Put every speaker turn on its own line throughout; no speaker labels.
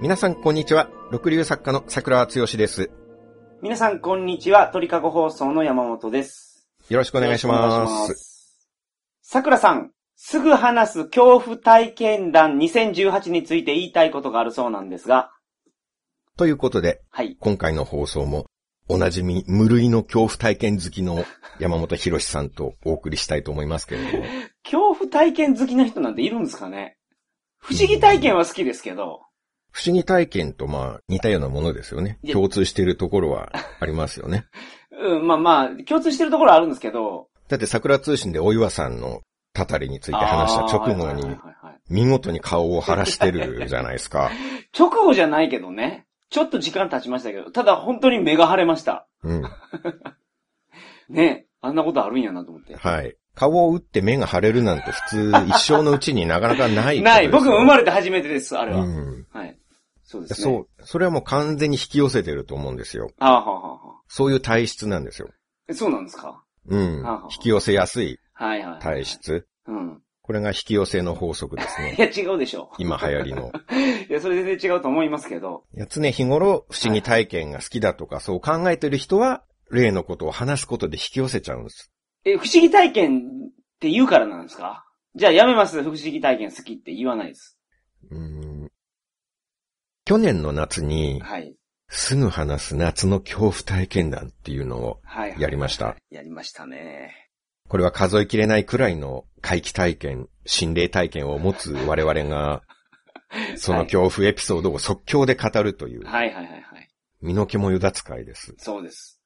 皆さんこんにちは。六流作家の桜剛です。
皆さん、こんにちは。鳥かご放送の山本です。
よろしくお願いします。
よろしくお願いしす。さくらさん、すぐ話す恐怖体験談2018について言いたいことがあるそうなんですが、
ということで、
はい。
今回の放送も、おなじみ無類の恐怖体験好きの山本博さんとお送りしたいと思いますけ れども、
恐怖体験好きな人なんているんですかね不思議体験は好きですけど、
不思議体験とまあ似たようなものですよね
い。や
共通しているところはありますよね。
うん、まあまあ、共通してるところはあるんですけど、
だって桜通信でお岩さんのたたりについて話した直後
あーはいはい
に
はいはい
見事に顔を晴らしてるじゃないです か。
直後じゃないけどね、ちょっと時間経ちましたけど、ただ本当に目が腫れました。
うん。
ねあんなことあるんやなと思って。
はい。顔を打って目が腫れるなんて普通一生のうちになかなかないことですよ。
ない。僕生まれて初めてです、あれは。
うん。
はい。そうですね。
そう。それはもう完全に引き寄せてると思うんですよ。
ああ、はあ、はあ、はあ
そういう体質なんですよ。
えそうなんですか
うん
ああ。
引き寄せやすい
はいはいはい。
体。質。
うん。
これが引き寄せの法則ですね
い。や、違うでしょ。
今流行りの。
いや、それ全然違うと思いますけど。
いや常日頃、不思議体験が好きだとか、そう考えてる人は、例のことを話すことで引き寄せちゃうんです。
え、不思議体験って言うからなんですかじゃあやめます。不思議体験好きって言わないです。
うん去年の夏に、
はい。
すぐ話す夏の恐怖体験談っていうのを、
はい、はい。
やりました。
やりましたね。
これは数えきれないくらいの怪奇体験、心霊体験を持つ我々が、その恐怖エピソードを即興で語るという、
はいはいはいはい。
身の毛もよだつ会です。
そうです。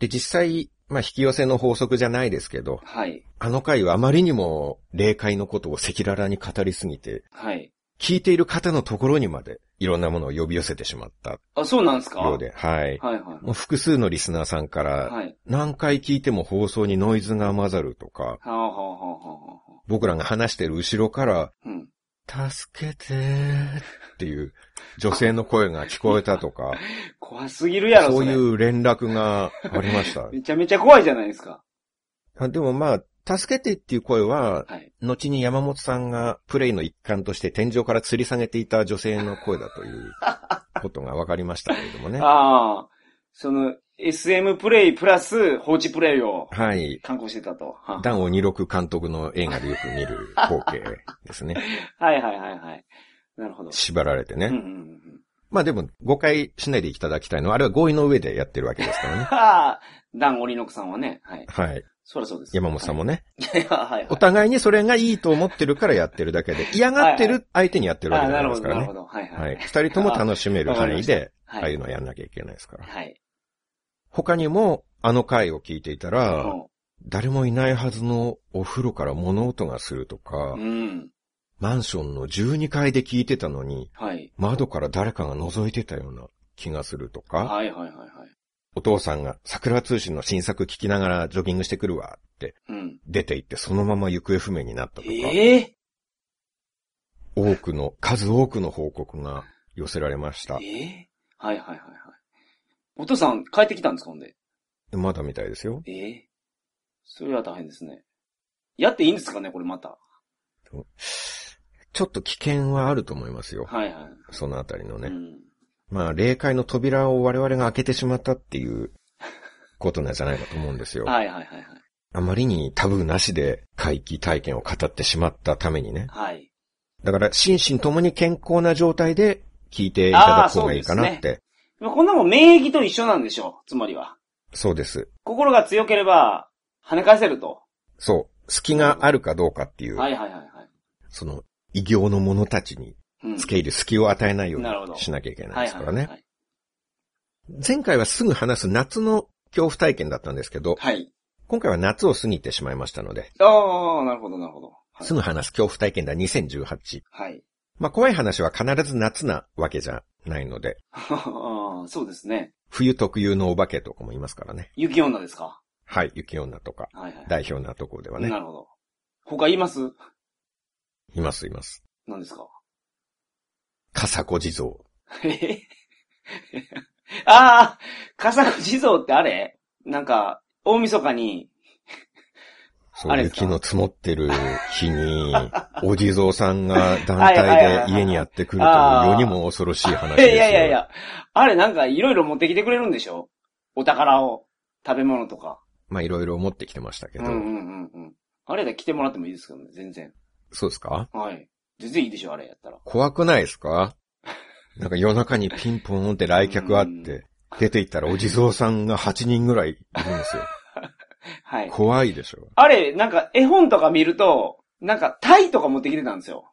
で、実際、まあ、引き寄せの法則じゃないですけど、
はい。
あの回はあまりにも霊界のことを赤裸々に語りすぎて、
はい。
聞いている方のところにまでいろんなものを呼び寄せてしまった
あ、そうなんですか
よう。で、はい。
はいはい。
もう複数のリスナーさんから、
はい。
何回聞いても放送にノイズが混ざるとか、
はあ、はあはあはあはあ。
僕らが話してる後ろから、
うん。
助けてーっていう女性の声が聞こえたとか、
怖すぎるやろ、
そう
れ
いう連絡が ありました
めちゃめちゃ怖いじゃないですか。
あ。でもまあ、助けてっていう声は、
はい。
後に山本さんがプレイの一環として天井から吊り下げていた女性の声だということが分かりましたけれどもね。
ああ、その、SM プレイプラス放置プレイを
はい。
観光してたと。は
ダンオ26監督の映画でよく見る光景ですね。
はいはいはいはい。なるほど。
縛られて
うんうん
ね。
うん、
まあでも誤解しないでいただきたいのは、あれは合意の上でやってるわけですからね。
はあ、ダン・オリノクさんはね、はい。
はい。
そりゃそうです。
山本さんもね。
はい。 いや、はい、はい。
お互いにそれがいいと思ってるからやってるだけで、嫌がってる相手にやってるわけ
ああ、
じゃ
な
ないで
るほ
す
ど、
か
な
らね
るほ。ど。はいは。
はいい。二人とも楽しめる範囲で、
は
ああいうのをやんなきゃいけないですから。
はい。
他にも、あの回を聞いていたら、
も
誰もいないはずのお風呂から物音がするとか
う、うん。
マンションの12階で聞いてたのに、
はい。
窓から誰かが覗いてたような気がするとか、
はいはいはいはい。
お父さんが桜通信の新作聞きながらジョギングしてくるわって
うん。
出て行ってそのまま行方不明になったとか、
ええ
多くの、数多くの報告が寄せられました。
ええはいはいはいはい。お父さん帰ってきたんですかほんで。
まだみたいですよ。
ええそれは大変ですね。やっていいんですかねこれまた。
ちょっと危険はあると思いますよ。
はいはい。
そのあたりのね。
うん。
まあ、霊界の扉を我々が開けてしまったっていうことなんじゃないかと思うんですよ。
はいはいはいはい。
あまりにタブーなしで怪奇体験を語ってしまったためにね。
はい。
だから、心身ともに健康な状態で聞いていただく方がいいかなって。
まあこんなもん免疫と一緒なんでしょう。つまりは。
そうです。
心が強ければ、跳ね返せると。
そう。隙があるかどうかっていう、
はいはいはいはい。
その、異形の者たちに
うん
付け入る隙を与えないよ
なるほ
う
ど
にしなきゃいけない
はい
ですか
はい
ら
は
ね。
いはい。
前回はすぐ話す夏の恐怖体験だったんですけど、
はい。
今回は夏を過ぎてしまいましたので、
ああ、なるほどなるほど。はい
すぐ話す恐怖体験談2018。
はい。
まあ、怖い話は必ず夏なわけじゃないので、
あーそうですね。
冬特有のお化けとかもいますからね。
雪女ですか
はい、雪女とか、
はいはい。
代表なところではね
な、るほど。他言います
いますいます。
何ですか
笠子地蔵。
えああ、笠子地蔵ってあれなんか、大晦日に、
そう
あれですか
雪の積もってる日 に、お地蔵さんが団
はいはいはい
体
はい
で家にやってくると
あー
世にも恐ろしい話
い
ですよ。
やいやいや。あれなんかいろいろ持ってきてくれるんでしょお宝を。食べ物とか。
まあいろいろ持ってきてましたけ
う
ど、
んうんうんうん。あれで来てもらってもいいですけどね、全然。
そうですか
はい。全然いいでしょ、あれやったら。
怖くないです かなんか夜中にピンポンって来客あっ
うん
て、出て行ったらお地蔵さんが8人ぐらいいるんですよ。
はい。
怖いでしょ。
あれ、なんか絵本とか見ると、なんかタイとか持ってきてたんですよ。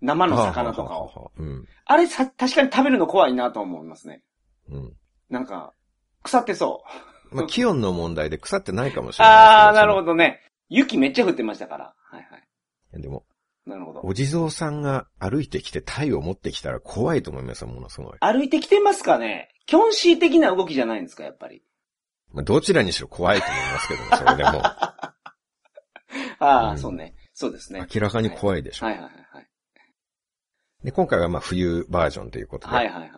生の魚とかを。
を。うん。
あれさ、確かに食べるの怖いなと思いますね。
うん。
なんか、腐ってそう。
まあ気温の問題で腐ってないかもしれないですけ
あー、なるほ
ど
どね。雪めっちゃ降ってましたから。はいはい。
その。でも、
なるほど。
お地蔵さんが歩いてきて鯛を持ってきたら怖いと思いますよ、ものすごい。
歩いてきてますかねキョンシー的な動きじゃないんですか、やっぱり。
まあ、どちらにしろ怖いと思いますけども、 それでも。
ああ、
うん
そうね。そうですね。
明らかに怖いでしょ。
はいはいはいはい。
で、今回はまあ冬バージョンということで。
はいはいはい。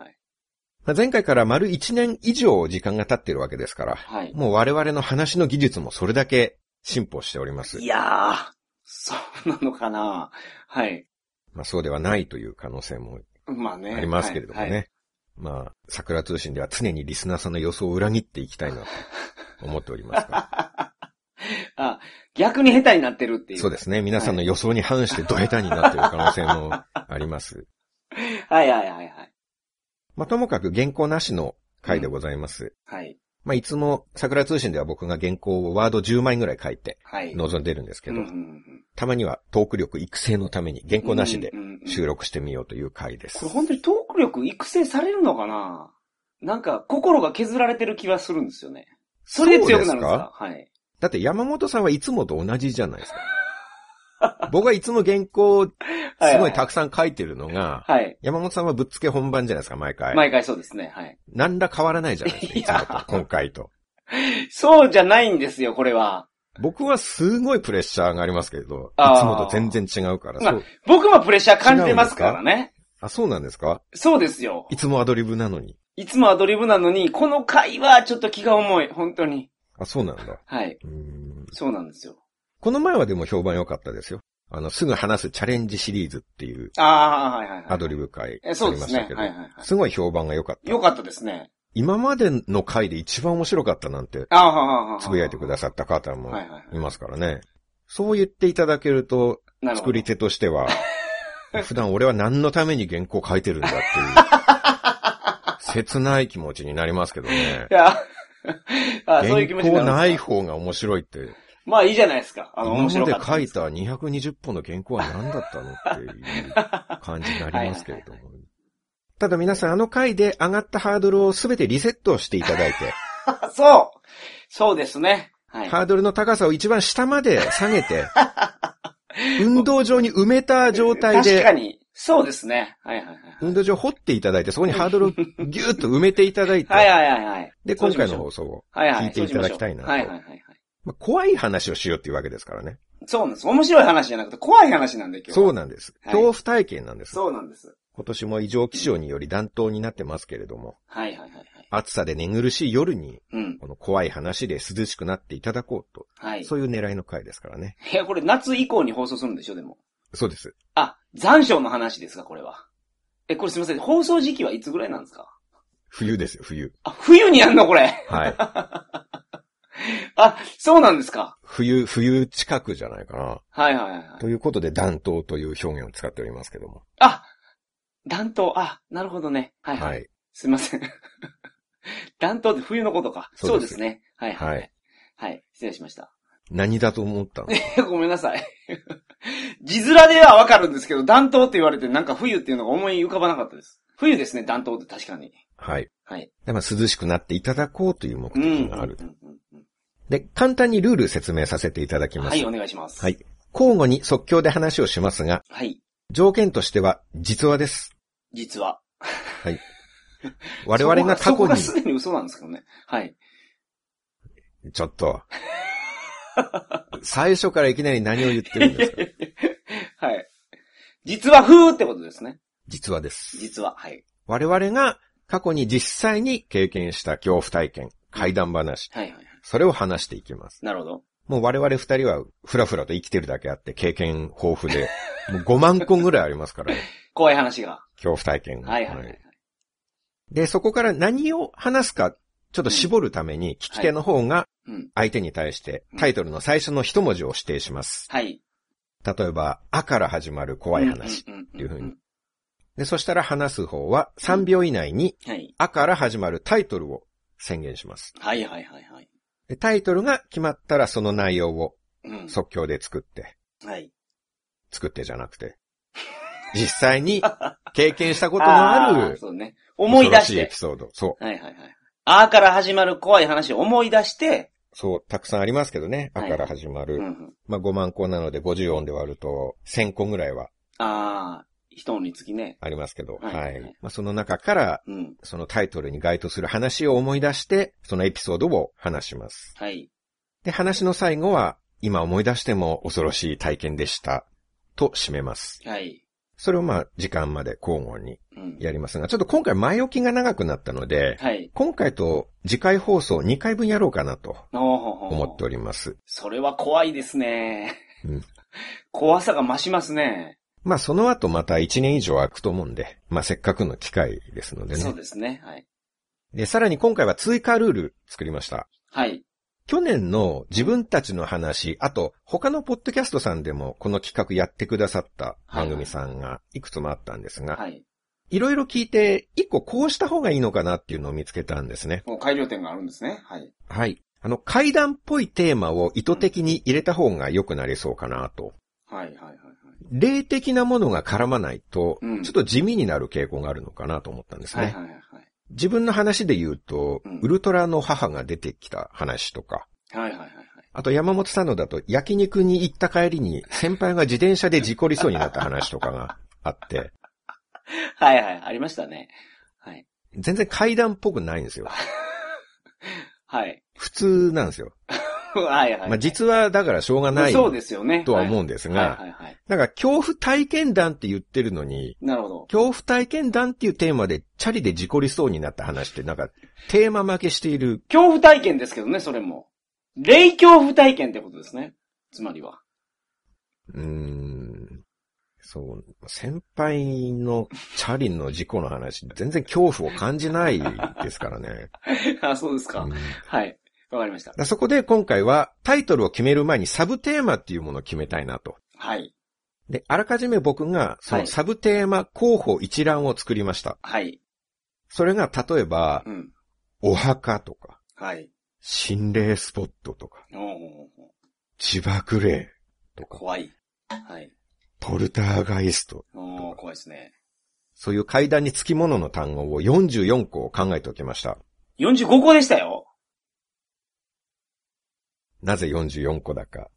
まあ、前回から丸1年以上時間が経ってるわけですから、
はい。
もう我々の話の技術もそれだけ進歩しております
い。やー、そうなのかなはい。
まあ、そうではないという可能性も
まあね。
ありますけれどもね。
はいはい
まあ、桜通信では常にリスナーさんの予想を裏切っていきたいなと思っております が。
あ、逆に下手になってるっていう。
そうですね。皆さんの予想に反してドヘタになっている可能性もあります。
はいはいはいはい。
まあ、ともかく原稿なしの回でございます。
はい。
まあ、いつも桜通信では僕が原稿をワード10枚ぐらい書いて
はい。
臨んでるんですけど、
うんうんうん
たまにはトーク力育成のために原稿なしで
うんうんうん
収録してみようという回で
こ
す
れ。本当にトーク力育成されるのかななんか心が削られてる気はするんですよね。それで強くな
そう
るんです
で
かはい。
だって山本さんはいつもと同じじゃないですか。 僕はいつも原稿をすごいたくさん書いてるのが、
はい。
山本さんはぶっつけ本番じゃないですか、毎回。
毎回そうですね。はい。
何ら変わらないじゃない ですか、いつもと、今回と。
そうじゃないんですよ、これは。
僕はすごいプレッシャーがありますけれど、
あー
いつもと全然違うから。
まあ
そう
僕もプレッシャー感じてますからね。
あ、そうなんですか
そうですよ。
いつもアドリブなのに。
いつもアドリブなのに、この回はちょっと気が重い。本当に。
あ、そうなんだ。
はい。
うーん
そうなんですよ。
この前はでも評判良かったですよ。あの、すぐ話すチャレンジシリーズっていう
ああ、はいはいはい。
アドリブ会あ
え
りま
そうです
した
ね。は
け
い
ど
はい、はい。
すごい評判が良かった。
よかったですね。
今までの回で一番面白かったなんて、
ああ、はあはあはあ。
つぶやいてくださった方も
はいはいはい
いますからね。そう言っていただけると、
なるほど
作り手としては、 普段俺は何のために原稿書いてるんだって いう、切ない気持ちになりますけどね
い。や、
原稿
あそういう気持ちになるんですか
ない方が面白いって、
まあいいじゃないですか。あの、
今
面
ま
白
で
かった
書
で
い
す。
た220本の原稿は何だったのっていう感じになりますけれども。ただ皆さんあの回で上がったハードルをすべてリセットしていただいて、
あ そうそうですね。はい。
ハードルの高さを一番下まで下げ て、運動場に埋めた状態
確か
で、
に。そうですね。はいはいはい。
運動場を掘っていただいて、そこにハードルをギューッと埋めていただいて、
はいはいはいはい。
で、
そう
今回
しましょ
の
う
放送を、
はいはい。
聞いていただきたいなと
そうしましょうはいはいはいはい。
まあ、怖い話をしようっていうわけですからね。
そうなんです。面白い話じゃなくて怖い話なんで今日。
そうなんです。
はい
恐怖体験なんです。
そうなんです。
今年も異常気象により暖冬になってますけれども、
はいはいはいはい。
暑さで寝苦しい夜に、
うん。
この怖い話で涼しくなっていただこうと、
はい。
そういう狙いの回ですからね。
いや、これ夏以降に放送するんでしょ、でも。
そうです。
あ、残暑の話ですか、これは。え、これすみません。放送時期はいつぐらいなんですか
冬ですよ、冬。
あ、冬にやんの、これ。
はい。
あ、そうなんですか。
冬、冬近くじゃないかな。
はいはいはいはい。
ということで、暖冬という表現を使っておりますけども。
あ暖冬、あ、なるほどね。はいはい。
はい。
すいません。 暖冬って冬のことか。そ
そうう
で
ですす
ね。はいはい。は
はいい、
失礼しました。
何だと思った の
ごめんなさい。字面ではわかるんですけど、暖冬って言われてなんか冬っていうのが思い浮かばなかったです。冬ですね、暖冬って確かに。
はい。
はい。
でまあ涼しくなっていただこうという目
うん。
的がある
う。んうんうん
で、簡単にルール説明させていただきます。
はい、お願いします。
はい。交互に即興で話をしますが、
はい。
条件としては、実話です。
実は。
我々が過
そこ
去
がそこがす
に、
でに嘘なんですけどね。はい。
ちょっと、最初からいきなり何を言ってるん ですか
はい。実は風ってことですね。
実話です。
実は。はい。
我々が過去に実際に経験した恐怖体験、怪談話、
はいはいはい。
それを話していきます。
なるほど。
もう我々二人はふらふらと生きてるだけあって経験豊富 で、もう5万個ぐらいありますから、
怖い話が。
恐怖体験が。
はいはいはい。
で、そこから何を話すか、ちょっと絞るために、聞き手の方が
うん。
相手に対してタイトルの最初の一文字を指定します。
はい。
例えば、あから始まる怖い話。
んんんん。って
いう風にで、そしたら話す方は3秒以内に、
はい。
あから始まるタイトルを宣言します。
はいはいはいはい。
でタイトルが決まったらその内容を
うん。
即興で作って、
はい。
作ってじゃなくて、実際に経験したことのあ
ー
る、
そうね。思い出
恐ろ
し
しいエ
て
ピ。ソード。そう。
はいはいはい。あーから始まる怖い話を思い出して、
そう、たくさんありますけどね。あ
はい
から始まる。
うんうん。
まあ5万個なので50音で割ると1000個ぐらいは
ああ、人につきね。
ありますけど。
は
はいい。
はい
まあその中から、
うん。
そのタイトルに該当する話を思い出して、そのエピソードを話します。
はい。
で、話の最後は、今思い出しても恐ろしい体験でした。と締めます。
はい。
それをまあ、時間まで交互に
うん。
やりますが、ちょっと今回前置きが長くなったので、
はい。
今回と次回放送2回分やろうかなと
ほうほうほう
思っております。
それは怖いですね。
うん
怖さが増しますね。
まあ、その後また1年以上空くと思うんで、まあ、せっかくの機会ですので
そう
ね。
ですね。はい。
で、さらに今回は追加ルール作りました。
はい。
去年の自分たちの話、あと他のポッドキャストさんでもこの企画やってくださった番組さんがいくつもあったんですが、
はい。
いろいろ聞いて、一個こうした方がいいのかなっていうのを見つけたんですね。
もう改良点があるんですね。はい。
はい。あの、階段っぽいテーマを意図的に入れた方が良くなりそうかなと。
はいはいはいはい。
霊的なものが絡まないと
うん、
ちょっと地味になる傾向があるのかなと思ったんですね。
はいはいはいはい。
自分の話で言うと、
うん
ウルトラの母が出てきた話とか、
はいはいはいはい。
あと山本さんのだと焼肉に行った帰りに先輩が自転車で事故りそうになった話とかがあって、
はいはい。ありましたね。はい。
全然階段っぽくないんですよ。
はい。
普通なんですよ。
はいはいはい。
まあ実はだからしょうがない
そうですよね。
とは思
う
うんです
はいは
が、
いはい。
なんか恐怖体験談って言ってるのに、
なるほど。
恐怖体験談っていうテーマでチャリで事故りそうになった話ってなんかテーマ負けしている、
恐怖体験ですけどね、それも。霊恐怖体験ってことですね。つまりは。
うーん、そう、先輩のチャリの事故の話、全然恐怖を感じないですからね。
あ、そうですか。
うん
はい。わかりました。
そこで今回はタイトルを決める前にサブテーマっていうものを決めたいなと。
はい。
で、あらかじめ僕がそ
はい
のサブテーマ候補一覧を作りました。
はい。
それが例えば、
うん。
お墓とか、
はい。
心霊スポットとか、
おーおーおー
自爆霊とか、
怖い。はい。
ポルターガイスト、
おー怖いですね。
そういう階段につきものの単語を44個考えておきました。
45個でしたよ。
なぜ44個だか、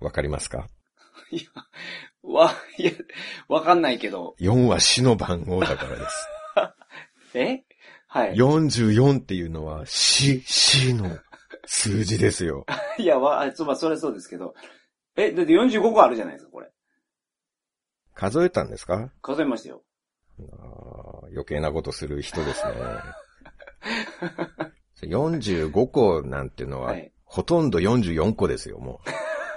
わかりますか
いや、わ、いや、わかんないけど。
?4 は死の番号だからです。
えはい。
44っていうのは死、死の数字ですよ。
いや、わ、あつまりそれそうですけど。え、だって45個あるじゃないですか、これ。
数えたんですか
数えましたよ。
あー余計なことする人 ですね。45個なんてのは、
はい
ほとんど44個ですよ、も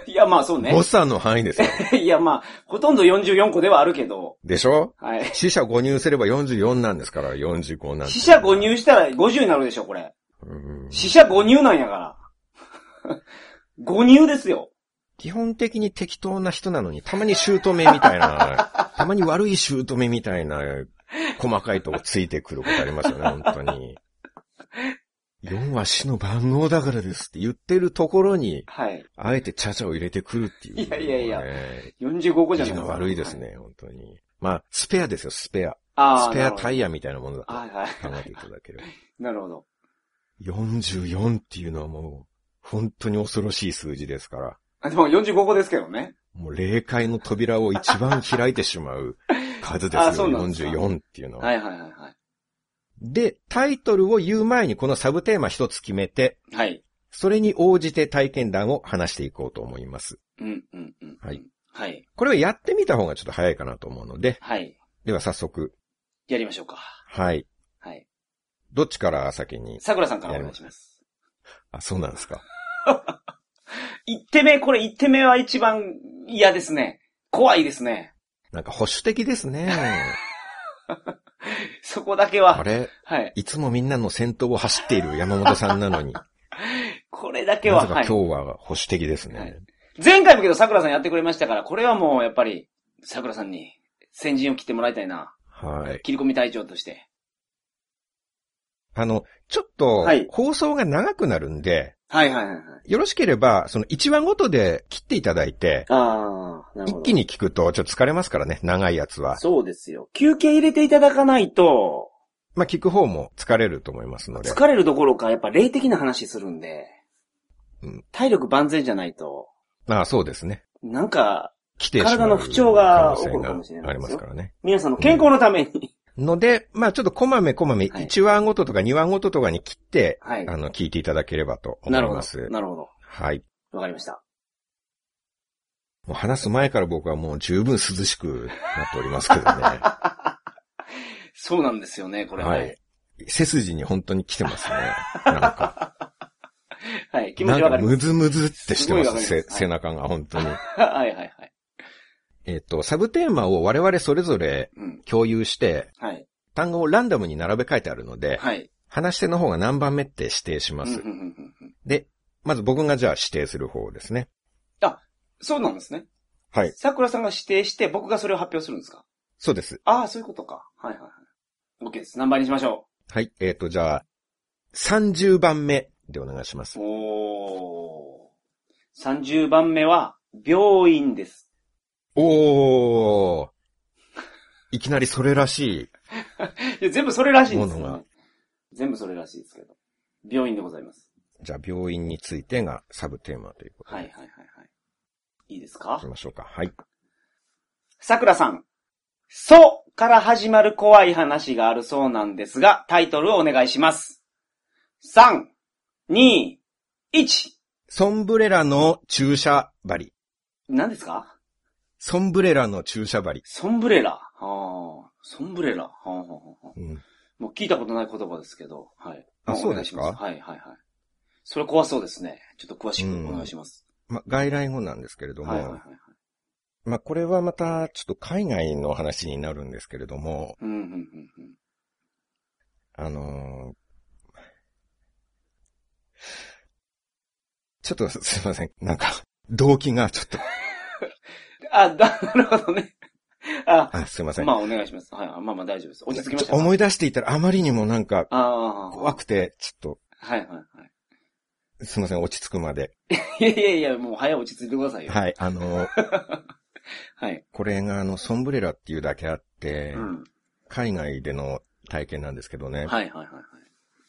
いや、まあそう
う。
ね。
誤差の範囲ですよ。
いや、まあ、ほとんど44個ではあるけど。
でしょ
はい。
死者誤入すれば44なんですから、45なんて。
死者誤。入したら50になるでしょ、これ。
うん
死者誤入なんやから。 誤入ですよ。
基本的に適当な人なのに、たまに姑みたい な、たまに悪い姑みたいな、細かいとこついてくることありますよね、本当に。4は死の番号だからですって言ってるところに、
はい。
あえてちゃちゃを入れてくるっていう、
いやいやいや
ね。
45個じゃ
意
な
地
い
が悪いですね、本当に。まあ、スペアですよ、スペア。
ああ。
スペアタ
イ
イヤみたいなものだと
はいはい。
考えていただければ。
なるほど。
44っていうのはもう、本当に恐ろしい数字ですから、
あでも45個ですけどね。
もう霊界の扉を一番開いてしま う数で
あ
す
そ
よ、
うなんですか
44っていうのは。
はいはいはいは
で、タイトルを言う前にこのサブテーマ一つ決めて、
い。はい。
それに応じて体験談を話していこうと思います。
うんうんうん。
はい。
はい。
これをやってみた方がちょっと早いかなと思うので、
はい。
では早速、
やりましょうか。
はい。
はい。
どっちから先に
桜さんからお願いします。
あ、そうなんですか。
一手目、これ一手目は一番嫌ですね。怖いですね。
なんか保守的です ね。
そこだけ
あ
は、
れ
はい。
いつもみんなの先頭を走っている山本さんな のに。
これだけ
な
は、
ぜ
は
か
い。
今日は保守的ですね。
はい前回もけど桜さんやってくれましたから、これはもうやっぱり、桜さんに先陣を切ってもらいたいな。
はい。
切り込み隊長として。
あの、ちょっと
はい、
放送が長くなるんで、
はいはいはいはい。
よろしければ、その1話ごとで切っていただいて、
ああ、なるほ
一
ど。
気に聞くとちょっと疲れますからね、長いやつは。
そうですよ。休憩入れていただかないと、
まあ、聞く方も疲れると思いますので。
疲れるどころか、やっぱ霊的な話するんで、
うん
体力万全じゃないと、
ああ、そうですね。
なんか、
来てしまう
体の不調が
可能性
起こるかもしれない
あ
で
り
すよ
ますからね。
皆さんの健康のた めに、
ので、まあ、ちょっとこまめこまめ、
はい
1話ごととか2話ごととかに切って、
はい。
あの、聞いていただければと思
ないるほ
ま
ど。
す。
なるほど。
はい。
わかりました。
もう話す前から僕はもう十分涼しくなっておりますけどね。
そうなんですよね、 これ。
はい。。背筋に本当に来てますね。なんか、
はい。気持
な
ちわ
ん
か
か
ります。
ムズムズってしてます
すごいわかります
せ
はい
背中が本当に。
はいはいはい。
えっと、サブテーマを我々それぞれ
うん。
共有して、
はい。
単語をランダムに並べ替えてあるので、
はい。
話し手の方が何番目って指定しま
うんうん
す。
うんうんうん
で、まず僕がじゃあ指定する方ですね。
そうなんですね。
はい。
桜さんが指定して、僕がそれを発表するんですか
そうです。
ああ、そういうことか。はいはいはい。OK です。何番にしましょ
はい。えっ、と、じゃあ、30番目でお願いします
う。。おー。30番目は、病院です。
おー。いきなりそれらし
いや、全部それらしいんです
も
よ、
の
ね。全部それらしいですけど。病院でございます。
い。じゃあ、病院についてがサブテーマということで。
はいはいはいはい。いいです
行
か
きましょうか。はい。
桜さん。そうから始まる怖い話があるそうなんですが、タイトルをお願いします。3、2、1。
ソンブレラの注射針。
何ですか
ソンブレラの注射針。
ソンブレラ。ああ、ソンブレラ。はあはあはあ
うん。
もう聞いたことない言葉ですけど、はい。
あ
も
そうですか
お願いしますはいはいはい。それ怖そうですね。ちょっと詳しくお願いします。
ま、外来語なんですけれども、
はいはいはい。
まあ、これはまた、ちょっと海外の話になるんですけれども、
うんうんうんうん。
あのーちょっとすすいません。なんか、動機がちょっと、
あ、だ、なるほどね。あ、
あ、すいません。
まあお願いします。はい、まあまあ大丈夫です。落ち着きまし
ち
た
ょ
か。
思い出していたらあまりにもなんか
ああ、
怖くて、ちょ
はいはいは
っと、すいません、落ち着くまで。
い。いやいやいや、もう早い落ち着いてくださいよ。
はい、あのー
はい。
これがあの、ソンブレラっていうだけあって、
うん。
海外での体験なんですけどね、
はいはいはいは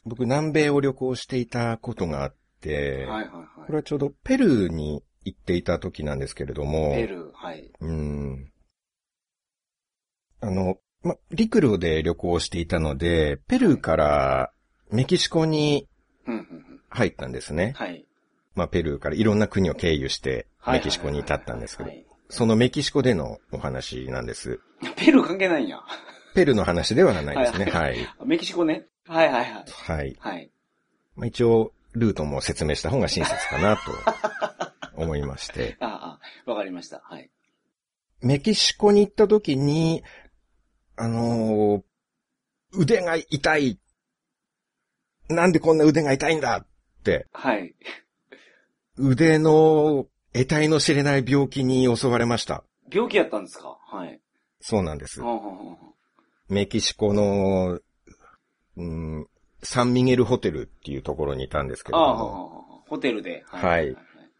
僕南米を旅行していたことがあっ
い。
て、
はいはい
これ
は
はちょうどペルーに行っていた時なんですけれども、
い。ペルー、はい。
うん。あの、ま、陸路で旅行していたので、ペルーからメキシコに
うんうんうん。
入ったんですね。
はい。
まあ、ペルーからいろんな国を経由してメキシコに至ったんですけど
は、い
そのメキシコでのお話なんです。
ペルー関係ないんや。
ペルーの話ではないですね。はい。
メキシコね。はいはいはい。
はい。
はい。
まあ、一応、ルートも説明した方が親切かなと思いまして。
ああ、わかりました。はい。
メキシコに行った時に、あのー腕が痛い。なんでこんな腕が痛いんだって、
はい。
腕の得体の知れない病気に襲われました。
病気やったんですかはい。
そうなんです
ほ。んほんほんほん
メキシコの、うん、サンミゲルホテルっていうところにいたんですけれど
ああ、ほん
も、
ほんほんほんホテルで。
はい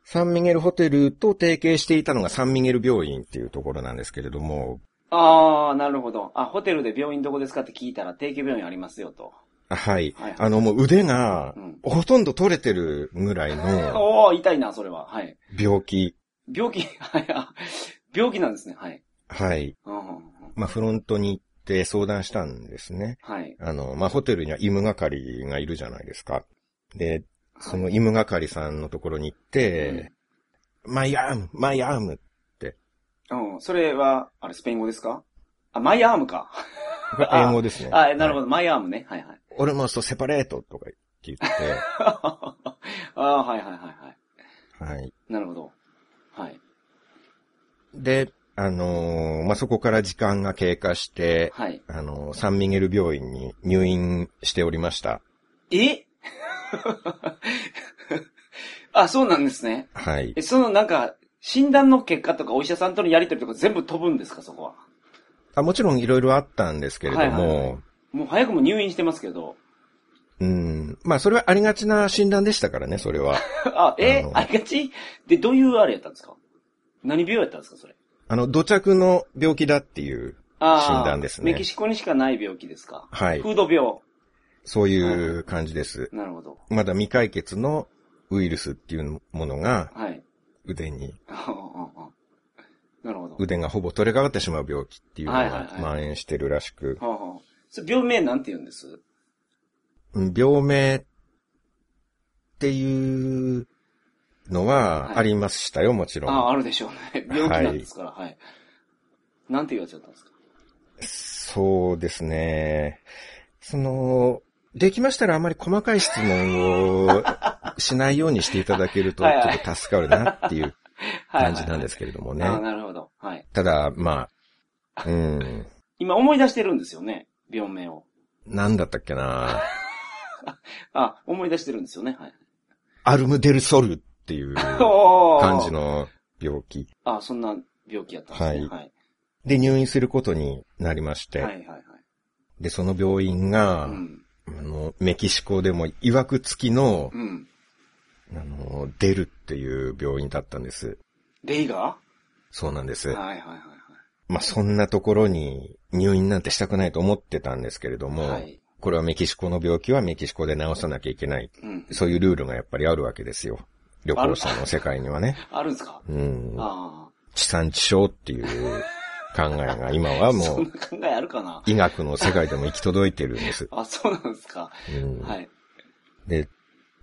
サンミゲルホテルと提携していたのがサンミゲル病院っていうところなんですけれども、
ああ、なるほど。あ、ホテルで病院どこですかって聞いたら、定期病院ありますよと。
あはい
はいはい、
あのもう腕が
うん。
ほとんど取れてるぐらいの
おお痛いな、それは。はい。
病気
病気、 はい。あ病気なんですね。はい。
はい。
うんうんうん
まあ、フロントに行って相談したんですね。
はい。
あの、まあ、ホテルには医務係がいるじゃないですか。で、その医務係さんのところに行って、マイアーム、マイアーム。
うん。うん。それは、あれ、スペイン語ですかあ、マイアームか。
これ英語ですね。
あ、なるほ
ど。
ど。マイアームね。はい はい。
オルモストセパレートとか言って、
ああ、はいはいはいはい。
はい。
なるほど。はい。
で、あのーまあ、そこから時間が経過して、
はい。
あのーサンミゲル病院に入院しておりました。
え あ、そうなんですね。
はい。
え、そのなんか、診断の結果とかお医者さんとのやりとりとか全部飛ぶんですか、そこは。
あもちろんいろいろあったんですけれども、
はいはいもう早くも入院してますけど。
うん。まあ、それはありがちな診断でしたからね、それは。
あ、え
あの
ありがちで、どういうあれやったんですか何病やったんですか、それ。
あの、土着の病気だっていう、
あー
診断ですね
メキシコにしかない病気ですか。
はい。
フード病。
そういう感じです。
なるほど。
まだ未解決のウイルスっていうものが
はい。
腕に、
ああああなるほど。
腕がほぼ取れかかってしまう病気っていうの
はいはい
が
はい
蔓延してるらしく、
はあはあ、それ病名なんて言うんです
うん病名っていうの
はい
はありましたよ、もちろ
ああ、
ん。
あるでしょうね。病気なんですから、はい。なんて言われちゃったんですか
そうですね。その、できましたらあまり細かい質問をしないようにしていただけると、ち
はいはい
ょっと助かるなっていう
はいは
感
い
じなんですけれどもね。
ああ、なるほど。はい。
ただ、まあ、うん、
今思い出してるんですよね。病名を。
なんだったっけな
あ、思い出してるんですよね。はい。
アルムデルソルって いう感
おー
じ。の病気
あ、そんな病気やったんですね。
はい
はい。
で入院することになりまして、
はい、はい、はい。
で、その病院が、
うん。
あの、メキシコでも曰く付きの、
うん。
あの、デルっていう病院だったんです。
レイガ
そうなんです。
ーはい、はい、はい
まあ、そんなところに入院なんてしたくないと思ってたんですけれど
はい。
も、
はい。
これはメキシコの病気はメキシコで治さなきゃいけない。
うん。
そういうルールがやっぱりあるわけですよ。旅行者の世界にはね。
あるんですか
うん。
あ
地産地消っていう考えが今は
あ。
も
そん
う
な考えあるかな
医学の世界でも行き届いてるんです。
あ、そうなんですか。
うん
はい。
で、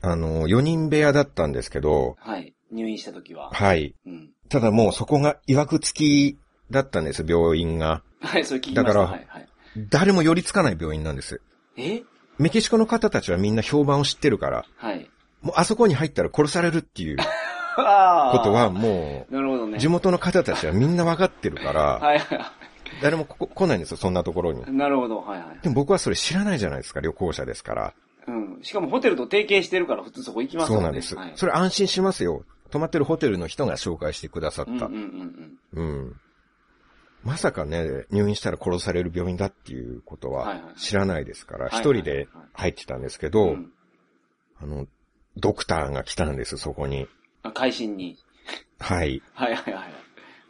あの、4人部屋だったんですけど、
はい。入院した時は。
はい。
うん。
ただもうそこが曰く付きだったんです、病院が。
はい、それ聞きました。
だから
はい、はい。
誰も寄りつかない病院なんです。
え
メキシコの方たちはみんな評判を知ってるから、
はい。
もうあそこに入ったら殺されるっていう
ああ。
ことはも
なるほど
う、
ね。
地元の方たちはみんなわかってるから、
はいは
誰もここ来ないんですよ、そんなところに
い。。なるほど、はいはい。
でも僕はそれ知らないじゃないですか、旅行者ですから。
うん。しかもホテルと提携してるから普通そこ行きます
そ
も
うん
ね。
なんです、
はい、
それ安心しますよ。泊まってるホテルの人が紹介してくださ
うん
っ
うんう
た。
んうん。
うん、まさかね、入院したら殺される病院だっていうこと
はい
は
はい
知らないですから、
はいは
一
い
人で入ってたんですけど、
ん
あの、ドクターが来たんです、そこに。
あ、会心に。
はい。
はいはいはい。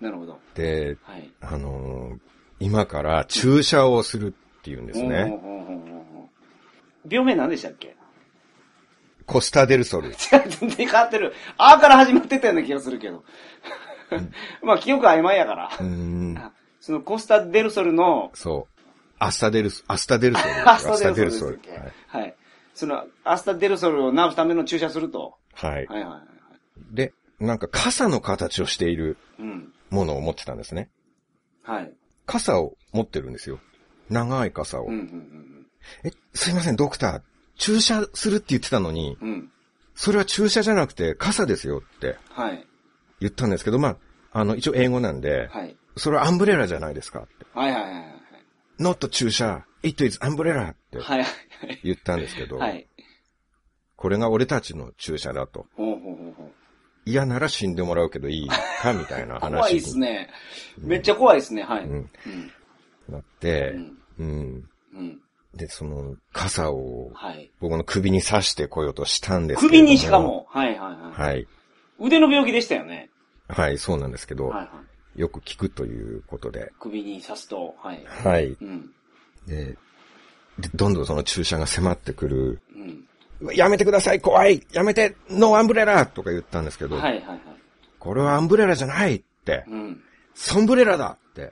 なるほど。
で、
はい。
あのー今から注射をするっていうんですね。
おーおーおーおーおー病名何でしたっけ
コスタデルソル。
全然変わってる。あーから始まってたような気がするけど。 まあ、記憶曖昧やから。
うん。
あそのコスタ・デルソルの、
そう。アスタデルソ、アスタデルソルです。
アスタ・デルソル
アスタデルソ
です
ル
っけ。はい。その、アスタ・デルソルを治すための注射すると。
はい。はい。
はいはいはい。
で、なんか傘の形をしている
うん。
ものを持ってたんですね。
はい。
傘を持ってるんですよ。長い傘を。
うんうん
え、すいません、ドクター。注射するって言ってたのに、
うんうん。うん。
それは注射じゃなくて傘ですよって
はい。
言ったんですけど、まあ、あの、一応英語なんで、
はい。
それはアンブレラじゃないですかって。
はいはいはいはい。
not 注射、it is アンブレラって
はいはい
言ったんですけど、
はい。はい。
これが俺たちの注射だと。
ほうほうほうほう。
嫌なら死んでもらうけどいいか、みたいな話に
怖いっすね。めっちゃ怖いっすね、はい。う
うんん。なって、
うん。
うん。
うん。
で、その、傘を
はい。
僕の首に刺してこようとしたんですけれど
首にしか。も。はいはいはい。
はい。
腕の病気でしたよね。
はい、そうなんですけど、
はいはい。
よく聞くということで。
首に刺すと、はい。
はい。
うん。
で、でどんどんその注射が迫ってくる。
うん。
やめてください怖いやめてノーアンブレラとか言ったんですけど、
はいはいはい。
これはアンブレラじゃないって、
うん。
ソンブレラだって、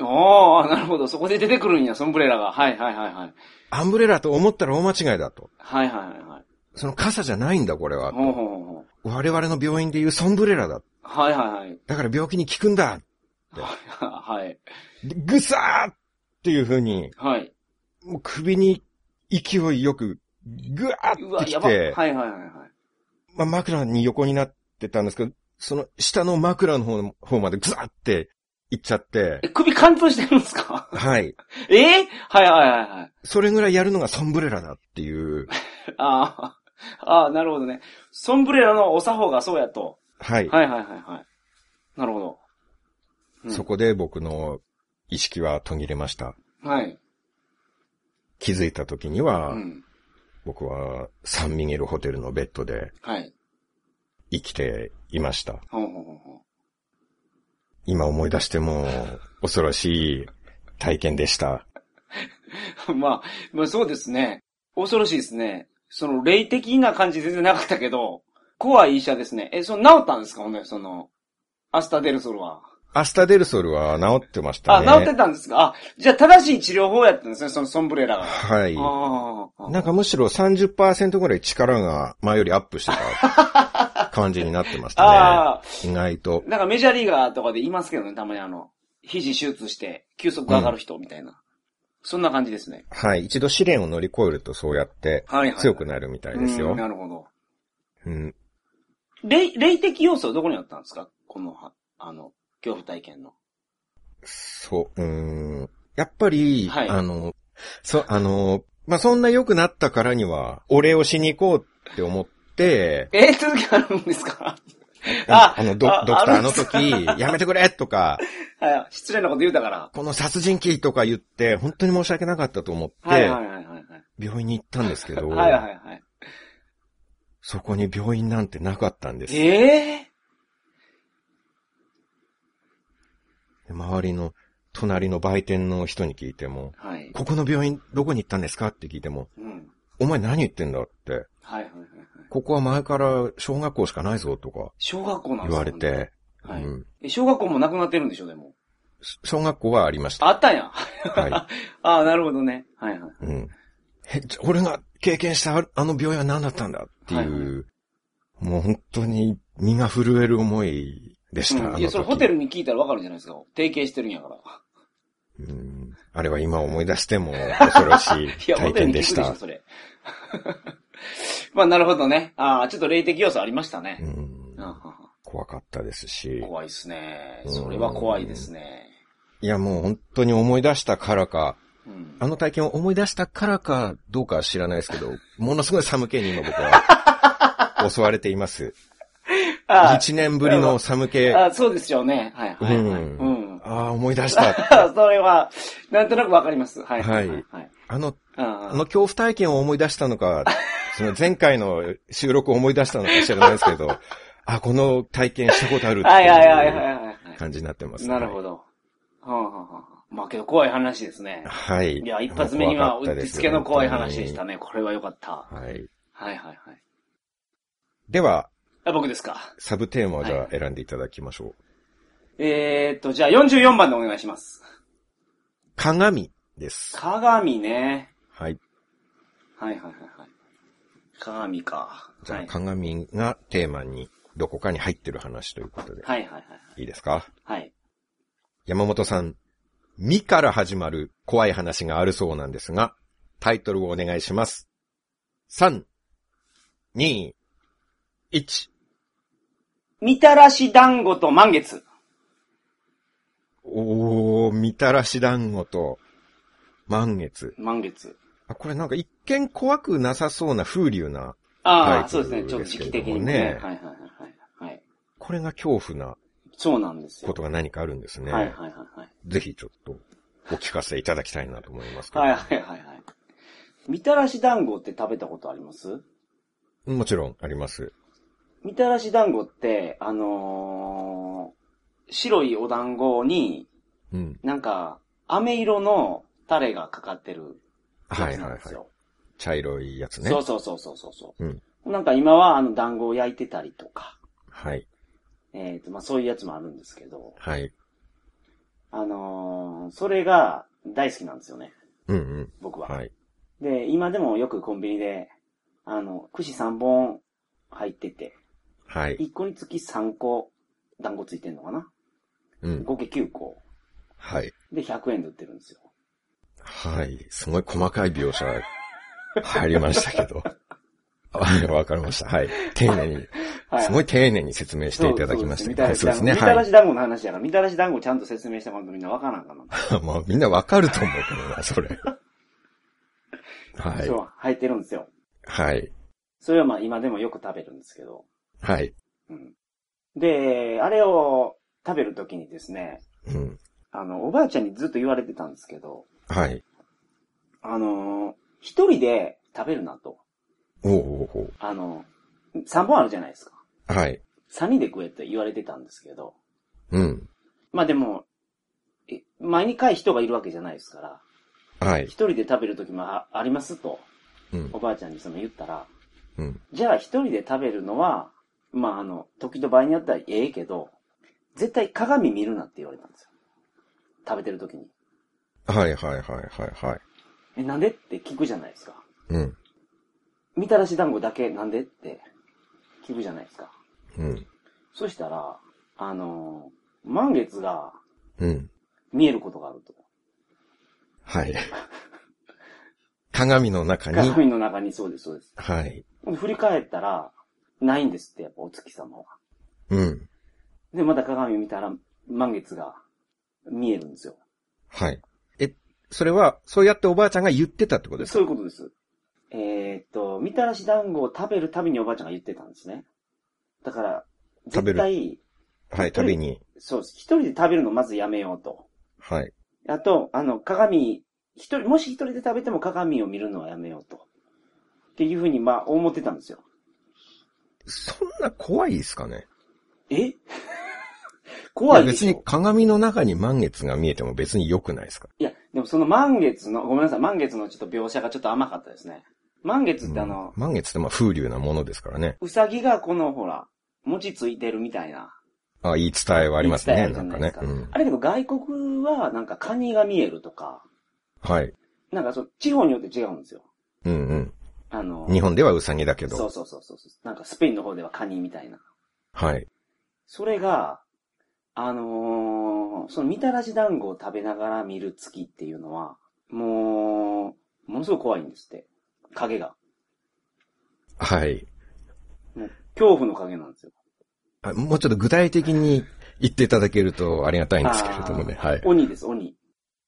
おー、なるほど。そこで出てくるんや、ソンブレラが。はいはいはいはい。
アンブレラと思ったら大間違いだと。
はいはいはいはい。
その傘じゃないんだこれは。
ほうほうほうほう。
我々の病院でいうソンブレラだ。
はいはいはい。
だから病気に効くんだで
はい。
でぐさーっていう風に、
はい。
もう首に勢いよく、ぐわ
う
ーっ
わ、
て
や
き
ば。は
て
い、はいはいはい。
まあ、枕に横になっってたんですけど、その下の枕の方の方までグザって行っちゃって
え、、首貫通してるんですか
はい。
えーはいはいはいはい。
それぐらいやるのがサンブレラだっていう、
ああ、 ああ、なるほどね。ソンブレラのお作法がそうやと。
はい。
はいはいはいはい。なるほど。うん
そこで僕の意識は途切れました。
はい。
気づいた時に
う
は、
ん。
僕はサンミゲルホテルのベッドで
はい。
生きていました。
ほうほうほうほう。
今思い出しても恐ろしい体験でした。
まあ、まあそう ですね。恐ろしいですね。その、霊的な感じ全然なかったけど、怖い医者ですね。え、その、治ったんですかほんで、その、アスタデルソルは。
アスタデルソルは治ってました
あ、
ね。
治ってたんですかあ、じゃあ正しい治療法やったんですね、そのソンブレラが。
はい。
ああ。
なんかむしろ30%ぐらい力が前よりアップして た感じになってました
ああ、
ね。意外と。
なんかメジャーリーガーとかで言いますけどね、たまにあの、肘手術して、急速上がる人みたいな。そんな感じですね。
はい。一度試練を乗り越えるとそうやって
はいはい。
強く
な
なるみたいですよ。
なるほど。
うん。
霊、霊的要素はどこにあったんですかこの、はあの、恐怖体験の。
そう、うん。やっぱり、
はい
あの、そ、あの、まあ、そんな良くなったからには、お礼をしに行こうって思って、
えー、続きあるんですかあ
あの、ド
あ
ドクターの
ある
時、やめてくれとか、
はい失礼なこと言うたから。
この殺人鬼とか言って、本当に申し訳なかったと思って、
はいはいはいはい
病院に行ったんですけど、
はい。はいはいはい。
そこに病院なんてなかったんです。
え
周りの、隣の売店の人に聞いても、
ー、はい。
ここの病院どこに行ったんですかって聞いても、
うん。
お前何言ってんだって、
はいはいはいはい。
ここは前から小学校しかないぞとか
小学校な
言
んです
わ
か
れ。て、
はい
うん
え小学校もなくなってるんでしょ、でも。
小学校はありま した。
あったんや。
は
ああ、なるほどね。はいはい。
い。うん。え、じゃ俺が経験したああの病院は何だったんだっていう、もう本当に身が震える思いでした。
うん、
あ
い
の
や、それホテ
ル、
ルに聞いたらわかるじゃないですか。提携してるんやから。い
うん。あれは今思い出して も恐ろしい
や、ホ
体
テル
験
に
で
聞
し
くでしたょ、。それ。 まあ、なるほどね。ああ、ちょっと霊的要素ありましたね。
うん
ああ
怖かったですし。
怖いですね。
うん
それは怖いですね。
いや、もう本当に思い出したからか、
うん
あの体験を思い出したからかどうかは知らないですけど、 ものすごい寒気に今僕は 襲われています。
あ
1年ぶりの寒気、あ
あ、あそうですよね。はいはいはい。
うん
うん。
あー、思い出した。
それは、なんとなくわかります。はい。
はい
はい。
あの、あ
あ
の恐怖体験を思い出したのか、その前回の収録を思い出したのか知らないですけど、あ、この体験したことあるって
はいはいはいはい
いう
はいは
感じになってます、
い。なる
ど。
ほど。はあはあはあまあけど怖い話ですね。
はい。
いや、一発目には、う
怖かった
って
です
つけの怖い話でしたね。これはよかった。は
本当にはい。
いはいはい。
では、
あ、僕ですか。
サブテーマをじゃあ選んでいただきましょう。
えーっと、じゃあ44番でお願いします。
鏡です。
鏡ね。
はい。
はいはいはいはい。鏡か。
じ
は
ゃあ、
い。
鏡がテーマに、どこかに入ってる話ということで。
はいはいはい。
い、いですか
はい。
山本さん、みから始まる怖い話があるそうなんですが、タイトルをお願いします。3、2、1。
みたらし団子と満月。
おー、みたらし団子と、満月。
満月。
あ、これなんか一見怖くなさそうな風流な、タ
ああ、
イ
そ
トル
うですね。ちょっと
です
時
け
期
れ
的
ども
に
ね
ね。はいはいはいはい。はい。
これが恐怖な
そうなんですよ。
ことが何かあるんですね。
はいはいはいはい。
ぜひちょっとお聞かせいただきたいなと思いますけど。
はいはいはいはい。みたらし団子って食べたことあります
もちろんあります。
みたらし団子って、あのー白いお団子に、
うん。
なんか、飴色のタレがかかってる
は
や
いはい
つなん
はい
です。よ。
茶色いやつね。
そうそうそうそうそうそう、
うん
なんか今はあの団子を焼いてたりとか、
はい。
えっ、と、まあそういうやつもあるんですけど、
はい。
あのーそれが大好きなんですよね、
うんうん。
僕は。
はい。
で、今でもよくコンビニで、あの、串3本入ってて、
はい。
1個につき3個団子ついてんのかな
うん。
合計9個。
はい。
で、100円で売ってるんですよ。
はい。すごい細かい描写 入りましたけど。はいわかりました。はい。丁寧に。
はい。
すごい丁寧に説明していただきましたけど。はい
そ
そううで
で
すす
ね。
ね。
みたら
は
し団子の話やから、みたらし団子ちゃんと説明したことみんなわからんかな。
い。 まあみんなわかると思うけどな、そ れ。はい
そ。う、入ってるんですよ。
はい。
それはまあ今でもよく食べるんですけど。
はい。
うん。で、あれを食べるときにですね、
うん。
あの、おばあちゃんにずっと言われてたんですけど、
はい。
あのー一人で食べるなと。
おうおうおう
あの三本あるじゃないですか。
はい。
三人で食えって言われてたんですけど。
うん。
まあでも、え毎に回人がいるわけじゃないですから、
はい
一。人で食べるときもあありますと、
うん
お。ばあちゃんにその言ったら、
うん。
じゃあ一人で食べるのは、まああの、時と場合によってはええけど、絶対鏡見るなって言われたんですよ。食べてるときに。
はいはいはいはいはい。
え、なんでって聞くじゃないですか。
うん。
みたらし団子だけなんでって聞くじゃないですか。
うん。
そしたら、あのー満月が
うん。
見えることがあると。
はい。鏡の中に、
鏡の中にそうです、そうです。
はい。
振り返ったら、ないんですって、やっぱお月様が。
うん。
で、また鏡見たら、満月が見えるんですよ。
はい。え、それは、そうやっておばあちゃんが言ってたってことですか
そういうことです。えーっと、みたらし団子を食べるためにおばあちゃんが言ってたんですね。だから、
食べ
絶
る
対、
はい、旅に。
そうです。一人で食べるのまずやめようと。
はい。
あと、あの、鏡、一人、もし一人で食べても鏡を見るのはやめようと。っていうふうに、まあ、思ってたんですよ。
そんな怖いですかね
え 怖いで
別
し
に
ょ
鏡の中に満月が見えても別に良くないですか
いや、でもその満月の、ごめんなさい、満月のちょっと描写がちょっと甘かったですね。満月ってあの、
うん満月ってまあ風流なものですからね。
うさぎがこのほら、餅ついてるみたいな。
あ言い伝えはあります
言
ね。
い伝えあるじ
な
ゃ
ん
な
か
いで
ね
す。か
うん
あれけど外国はなんかカニが見えるとか、
はい。
なんかそう、地方によって違うんですよ。
うん
あの
うん。、日本ではウサギだけ
そう
ど。
そうそうそう。なんかスペインの方ではカニみたいな。
はい。
それが、あのーそのみたらし団子を食べながら見る月っていうのは、もう、ものすごく怖いんですって。影が。
はい。
もう、恐怖の影なんですよ。
あもうちょっと具体的に言っていただけるとありがたいんですけれどもね。
あー
はい。
鬼です、鬼。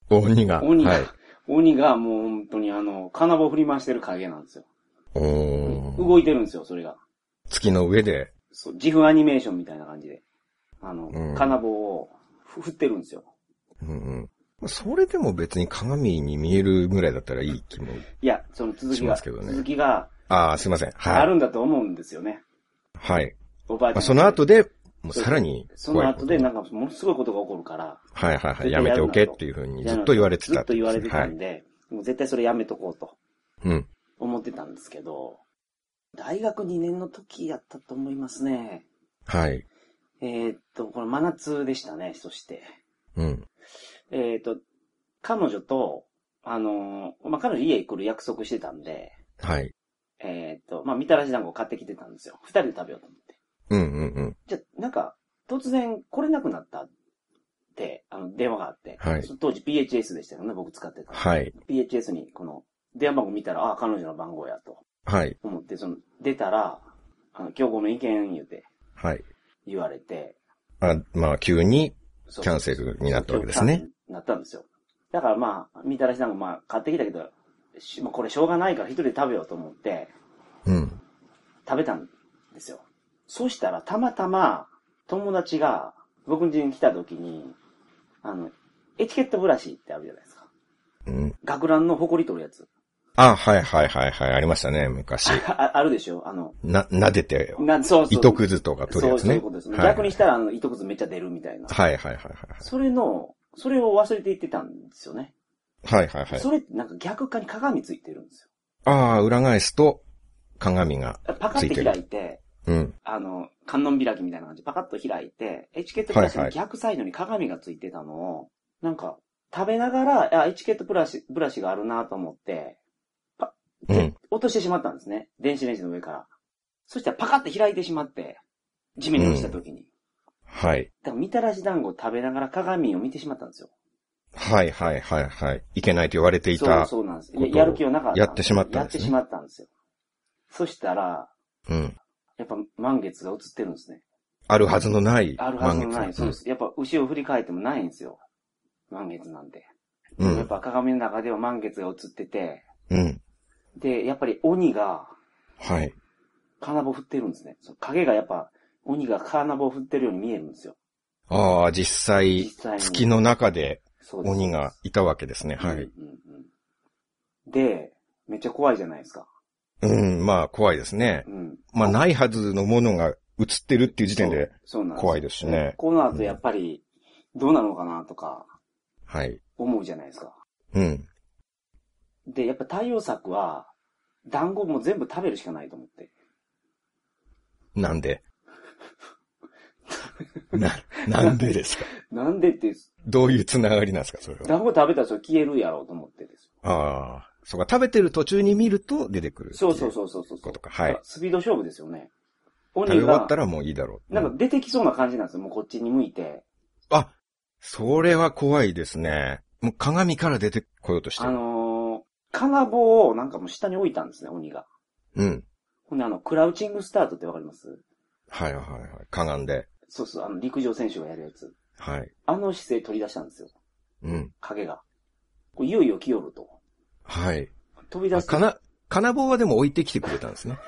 鬼が。
鬼が、
はい。
鬼がもう本当にあの、金棒振り回してる影なんですよ。
おー
動いてるんですよ、それが。
月の上で。
そう、自負アニメーションみたいな感じで。あの、
うん
金棒をふ振ってるんですよ。
うんうん。それでも別に鏡に見えるぐらいだったらいい気も。
いや、その続き
し
が、
ますけどね
続きが
ああ、すいません。
あ
はい。
るんだと思うんですよね。
はい。
おばあちゃ
まあ、
ん。
その後
で、
で、もうさらに
そ
怖
の
いこと
後でなんかものすごいことが起こるから、
はいはいはい。やめておけっていうふうにずっと言われて
ず
た
っと言われてた
は
ん
い。
で、もう絶対それやめとこうと
うん。
思ってたんですけど、大学2年の時やったと思いますね。
はい。
えーっと、これ真夏でしたね、そして。
うん。
えーっと、彼女と、あのーまあ、彼女家来る約束してたんで、
はい。
えーっと、まあ、みたらし団子を買ってきてたんですよ。二人で食べようと思って。
うんうんうん。
じゃあ、なんか、突然来れなくなったって、あの、電話があって。
はい
そ当時 PHS でしたよね、僕使ってた。
はい。
PHS に、この、電話番号見たら、ああ、彼女の番号やと
はい。
思って、その、出たら、あの、今日ごめん、意見言うて、
はい。
言われて、
あ、まあ、急に
そう
キャンセルになったわけですね。。
なったんですよ。だからまあ、みたらし団子まあ、買ってきたけど、しまあ、これしょうがないから一人で食べようと思って、
うん。
食べたんですよ。そうしたら、たまたま、友達が、僕ん家に来た時に、あの、エチケットブラシってあるじゃないですか。
うん。
学ランの埃取るやつ。
あ、はいはいはいはい。ありましたね、昔。
ああるでしょあの、
な、撫でて、
な、そうそう。
糸くずとか取るやつ
そうそうい
ね
う。ことですね。
はい
逆にしたら、あの、糸くずめっちゃ出るみたいな。
はいはいはいはい。
それの、それを忘れていってたんですよね。
はいはいはい。
それってなんか逆側に鏡ついてるんですよ。
ああ、裏返すと、鏡が。
パカって開いて、
うん。
あの、観音開きみたいな感じでパカッと開いて、エチケットプラスの逆サイドに鏡がついてたのを、なんか、食べながら、あ、エチケットブラシ、ブラシがあるなと思って、パ
う
で
ん
落としてしまったんですね。電子レンジの上から。そしたらパカって開いてしまって、地面に落ちた時に。
はい。
だから、みたらし団子を食べながら鏡を見てしまったんですよ。
はいはいはいはい。いけないと言われてい
そう
た。
そうなんです。
こと
や
を
やる気はなかったんで
や
す。
ってしまったんですね
やってしまったんですよ。そしたら、
うん。
やっぱ満月が映ってるんですね。
あるはずのない
あるはずの
満
ない。
月
そうです。やっぱ後ろ振り返ってもないんですよ。満月なんて。
う
やっ
ん。
ぱ鏡の中では満月が映ってて、
うん。
で、やっぱり鬼が
はい。
金棒振ってるんですね。そう影がやっぱ鬼が金棒振ってるように見えるんですよ。
ああ、実際、
実際に。
月の中で
そうです
鬼がいたわけですね。は
うん
い。
うんうんで、めっちゃ怖いじゃないですか。
うん、まあ怖いですね。
うん。
まあないはずのものが映ってるっていう時点で、
そう、そうなん
怖い
で
ですしね。
この後やっぱり、どうなのかなとか、
はい。
思うじゃないですか。
うん。
で、やっぱ太陽作は、団子も全部食べるしかないと思って。
なん でな、なんでですか
なんでって、
どういうつながりなんですかそれは。
団子食べたらそれ消えるやろうと思ってですよ。
ああ。そうか、食べてる途中に見ると出てくる。
そうそう
う。
そうそうそう。
ことかはい
だらスピード勝負ですよね。
食べ終
鬼
わ
が
った、らもういいだろう。
なんか出てきそうな感じなんですよ。もうこっちに向いて。
あ、それは怖いですね。もう鏡から出てこようとして
あ
る。
のー、金棒をなんかもう下に置いたんですね、鬼が。
うん。
ほんであの、クラウチングスタートってわかります
はいはいはい。かがんで。
そうそう、あの、陸上選手がやるやつ。
はい。
あの姿勢取り出したんですよ。
うん。
影が。こういよいよ来よると。
はい。
飛び出す。
かな、金棒はでも置いてきてくれたんですね。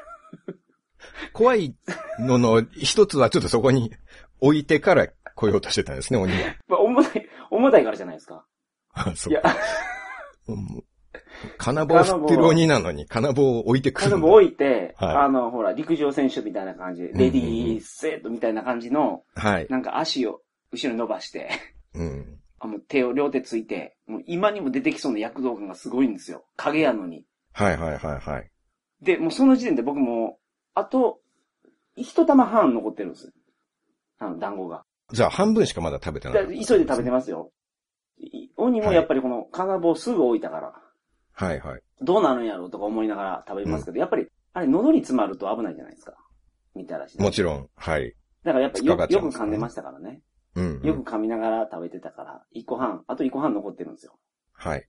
怖いのの一つはちょっとそこに置いてから来ようとしてたんですね、鬼は。
まあ重たい、重たいからじゃないですか。
あそ
いうや
か。、うん金棒振ってる鬼なのに金棒を置いてくる
金
の。
棒置いて、
はい
あの、ほら、陸上選手みたいな感じで、レデ
うんうんう
ィー
ん
セットみたいな感じの、
はい。
なんか足を後ろに伸ばして、
うん。
あもう手を両手ついて、もう今にも出てきそうな躍動感がすごいんですよ。影やのに。
はいはいはいはい。
で、もうその時点で僕も、あと、一玉半残ってるんです。あの、団子が。
じゃあ半分しかまだ食べて
だ
な
か
い。
ら急いで食べてますよ。い鬼もやっぱりこの金棒すぐ置いたから、
はいはい。
どうなるんやろうとか思いながら食べますけど、やっぱり、あれ喉に詰まると危ないじゃないですか。みたらしで。
もちろん。はい。
だからやっぱ
引っ
よ
かかっちゃ
よ
うん
く
ですね
噛んでましたからね。
うん、うん
よく噛みながら食べてたから、一個半、あと一個半残ってるんですよ。
はい。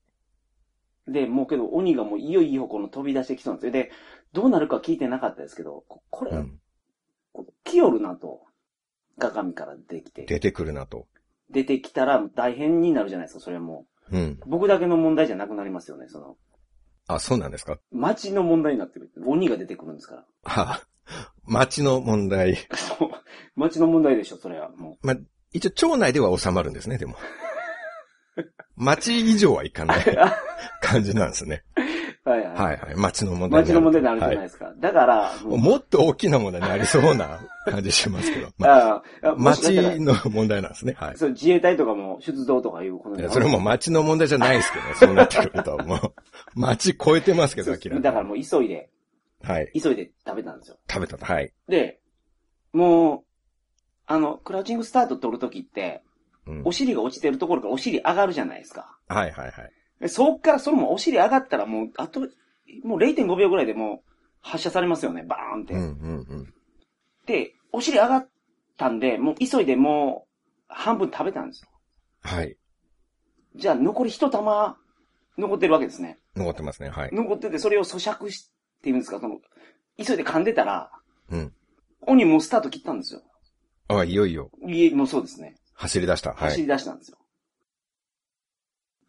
で、もうけど鬼がもういよいよこの飛び出してきそうなんですよ。で、どうなるか聞いてなかったですけど、ここれ、
うん。
こ来よるなと、鏡から出てきて。
出てくるなと。
出てきたら大変になるじゃないですか、それはも
うん。
う。僕だけの問題じゃなくなりますよね、その。
あ、そうなんですか
街の問題になってくる。鬼が出てくるんですから。
はあ、 町の問題。
そう。街の問題でしょ、それは。もう。
一応、町内では収まるんですね、でも。 町以上はいかない 感じなんですね。
はいはい。
はいはい。町の問題に
街
なる。
の問題になるじゃない
はい
ですか。だから、もう
もっと大きな問題になりそうな感じしますけど。ま
ああ、もしか
町
したら
の問題なんですね。はい。
そう、自衛隊とかも出動とかいうこと
い
に
や
な
それも町の問題じゃないですけどね。そうなってくると。もう、 町超えてますけ
そ
ど、
う
明ら
だ
か
からもう急いで、
に。はい。
急いで食べたんですよ。
食べたと。はい。
で、もう、あの、クラウチングスタート取るときって、
うん
お尻が落ちてるところからお尻上がるじゃないですか。
はいはいはい。
でそっからそのままお尻上がったらもう、あと、もう0.5秒ぐらいでもう発射されますよね、バーンって。
うんうんうん。
で、お尻上がったんで、もう急いでもう半分食べたんですよ。
はい。
じゃあ残り一玉残ってるわけですね。
残ってますね。はい。
残ってて、それを咀嚼しっていうんですか、その、急いで噛んでたら、
うん。
鬼もうスタート切ったんですよ。
あ、いよいよ、
家もうそうですね。
走り出した。は
走
い。
り出したんですよ。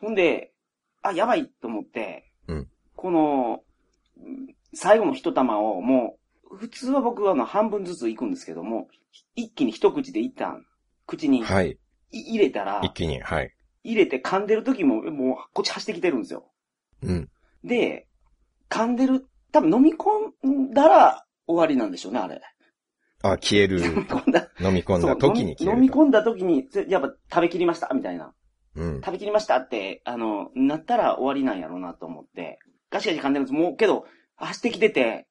ほんで、あ、やばいと思って、
うん
この、うん最後の一玉をもう、普通は僕はあの半分ずつ行くんですけども、一気に一口で一旦、口にい
はい。
入れたら、
一気に。はい。
入れて噛んでる時も、もうこっち走ってきてるんですよ。
うん。
で、噛んでる、多分飲み込んだら終わりなんでしょうね、あれ。
あ、消える。
飲み込んだ。
飲み込んだ
そう
時に消え
飲
る
み
と。
込んだ時に、やっぱ食べきりました、みたいな。
うん。
食べきりましたって、あの、なったら終わりなんやろうなと思って、ガシガシ噛んでるんです。もう、けど、走ってきてて、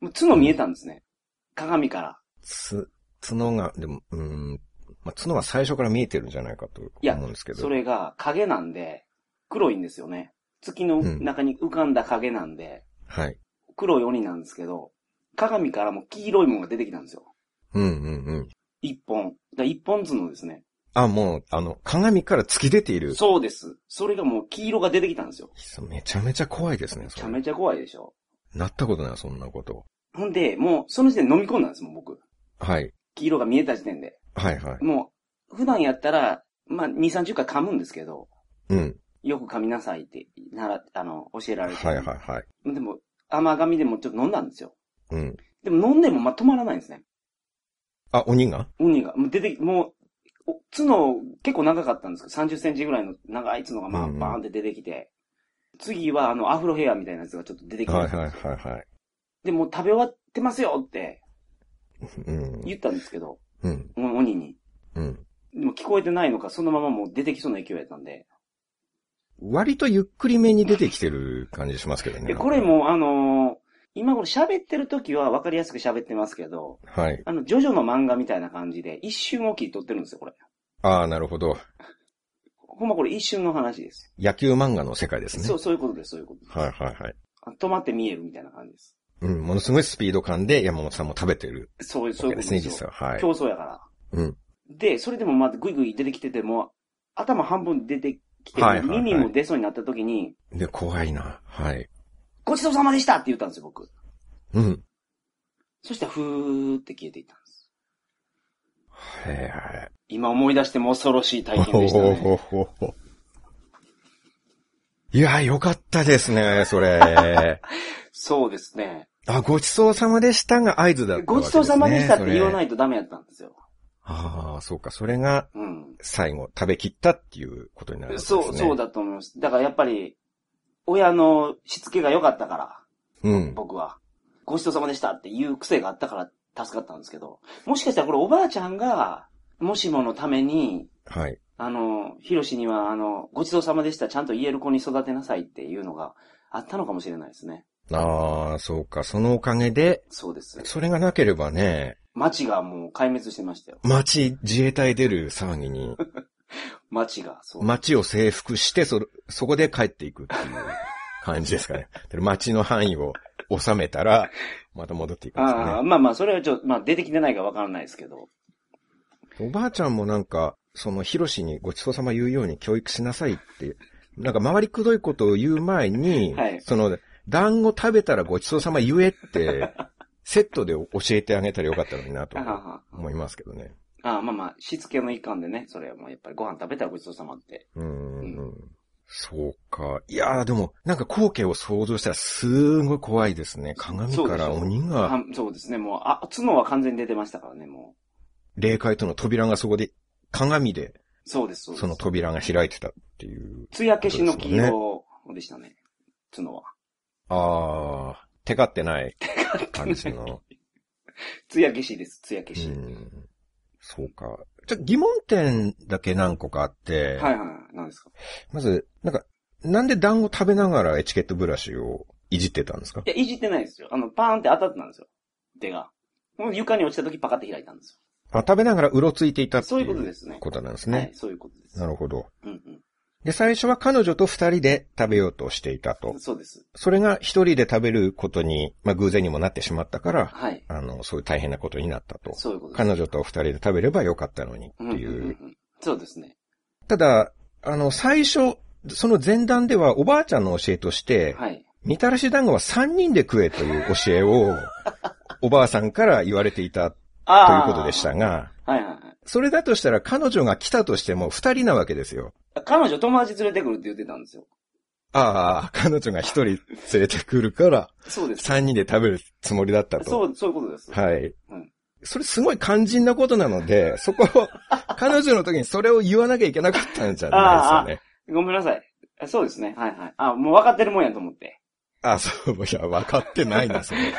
もう角見えたんですね。鏡から。
つ、角が、でも、うーん。まあ、角は最初から見えてるんじゃないかと
いや
思うんですけど。
それが影なんで、黒いんですよね。月の
うん
中に浮かんだ影なんで、
はい。
黒い鬼なんですけど、鏡からも黄色いものが出てきたんですよ。
うんうんうん。
一本。だから一本角ですね。
あ、もう、あの、鏡から突き出ている。
そうです。それがもう黄色が出てきたんですよ。
めちゃめちゃ怖いですね、
め
そ
ちゃ
れ。
めちゃ怖いでしょ。
なったことない、そんなこと。
ほんで、もう、その時点で飲み込んだんですもん、僕。
はい。
黄色が見えた時点で。
はいはい。
もう、普段やったら、まあ、2、30回噛むんですけど、
うん。
よく噛みなさいって、なら、あの、教えら
は
れ
い
て。
はいはい。
でも、甘噛みでもちょっと飲んだんですよ。
うん。
でも飲んでもまあ止まらないんですね。
あ、鬼が
鬼が。もう出て、もう、お角結構長かったんですけど、30センチぐらいの長い角がま
う
あ
んうん
バーンって出てきて、次はあのアフロヘアみたいなやつがちょっと出てきて、
はいはいはいはい。
で、もう食べ終わってますよって
うん。
言ったんですけど、
うん。
もう鬼に。
うん。
でも聞こえてないのか、そのままもう出てきそうな勢いやったんで。
割とゆっくりめに出てきてる感じしますけどね。
で、これ。もうあのー今これ喋ってる時は分かりやすく喋ってますけど、
はい。
あの、ジョジョの漫画みたいな感じで、一瞬おきに撮ってるんですよ、これ。
ああ、なるほど。
ほんまこれ一瞬の話です。
野球漫画の世界ですね。
そう、そういうことです、そういうことです。
はいはいはい。
あ止まって見えるみたいな感じです。
うん、ものすごいスピード感で山本さんも食べてる
そういう、
わ
そうい
け
う
です
ことで
ね、
すよ
実。は。はい。
競争やから。
うん。
で、それでもまずグイグイ出てきてても、頭半分出てきて、
はいはいはい
耳も出そうになった時に、
で、怖いな。はい。
ごちそうさまでしたって言ったんですよ、僕。
うん。
そしたら、ふーって消えていったんです。
はいはい。
今思い出しても恐ろしい体験
ほ
でした
ほ
ね。
ほほほ。いや、よかったですね、そ れ。
そうですね。
あ、ごちそうさまでしたが合図だったわけですね。。
ごちそうさまでしたって言わないいとダメやったんですよ。
ああ、そうか、それが
うん。
最後、食べきったっていうことになるんです
そ
ね。
う、そう。だと思います。だからやっぱり、親のしつけが良かったから。
うん。
僕は。ごちそうさまでしたっていう癖があったから助かったんですけど、もしかしたらこれおばあちゃんが、もしものために、
はい。
あの、ヒロシには、あの、ごちそうさまでした、ちゃんと言える子に育てなさいっていうのがあったのかもしれないですね。
ああ、そうか、そのおかげで、
そうです。
それがなければね、
町がもう壊滅してましたよ。
町、自衛隊出る騒ぎに、
町が、そう。
町を征服して、そ、そこで帰っていくっていう感じです かね。で町の範囲を収めたら、また戻っていくんです
あ
か
あ、まあまあ、それはちょっと、まあ出てきてないかわからないですけど。
ね。おばあちゃんもなんか、その、ヒロシにごちそうさま言うように教育しなさいって、なんか回りくどいことを言う前に、
はい
その、団子食べたらごちそうさま言えって、セットで教えてあげたらよかったのになと
ああ
思いますけどね。
ああ、まあまあ、しつけの一環でね、それはもうやっぱりご飯食べたらごちそうさまって。
うんうんうんそうか。いやーでも、なんか光景を想像したらすごい怖いですね。鏡
そう
か
でし
ら
ょ
鬼
は
が、
んそうですね、もう、あ、角は完全に出てましたからね、も
霊界との扉がそこで、鏡で
う。そうです、そうです。
その扉が開いてたっていう。
つや消しの黄色でしたね。角は。
あー、テカってない感じの。
つや消しです、つや消
う
し。
ん、そうか。ちょっと疑問点だけ何個かあって、
はいはい、何ですか
まず、なんか、なんで団子食べながらエチケットブラシをいじってたんですか
いや、いじってないですよ。あの、パーンって当たってたんですよ。手が。もう床に落ちた時パカって開いたんです
あ食べながらうろついていた
よ。
って
そう
い
いうことで
う
すね。
ことなんです
はい
ね、。
そういうことです。
なるほど。
うん
で、最初は彼女と二人で食べようとしていた
う
と
ん。。そうです。
それが一人で食べることに、まあ偶然にもなってしまったから、
はい。
あの、そういう大変なことになったと。
そういうことです。
彼女と二人で食べればよかったのにってい
んん
う。
んん。そうですね。
ただ、あの、最初、その前段ではおばあちゃんの教えとして、
はい。
みたらし団子は三人で食えという教え を、おばあさんから言われていたと
あ
いうことでした
ね。
が、
はいはいはい
それだとしたら彼女が来たとしても二人なわけですよ。
あ。彼女友達連れてくるって言ってたんですよ。
ああ、彼女が一人連れてくるから、
そうです。
三人で食べるつもりだったと。
そう、そういうことです。
はい。
うん
それすごい肝心なことなの で、そこを、彼女の時にそれを言わなきゃいけなかったんじゃないですよね。
ごめんなさい。あそうですね。はいはい。あ、もう分かってるもんやと思って。
あそう、いや、分かってないな、そ れ。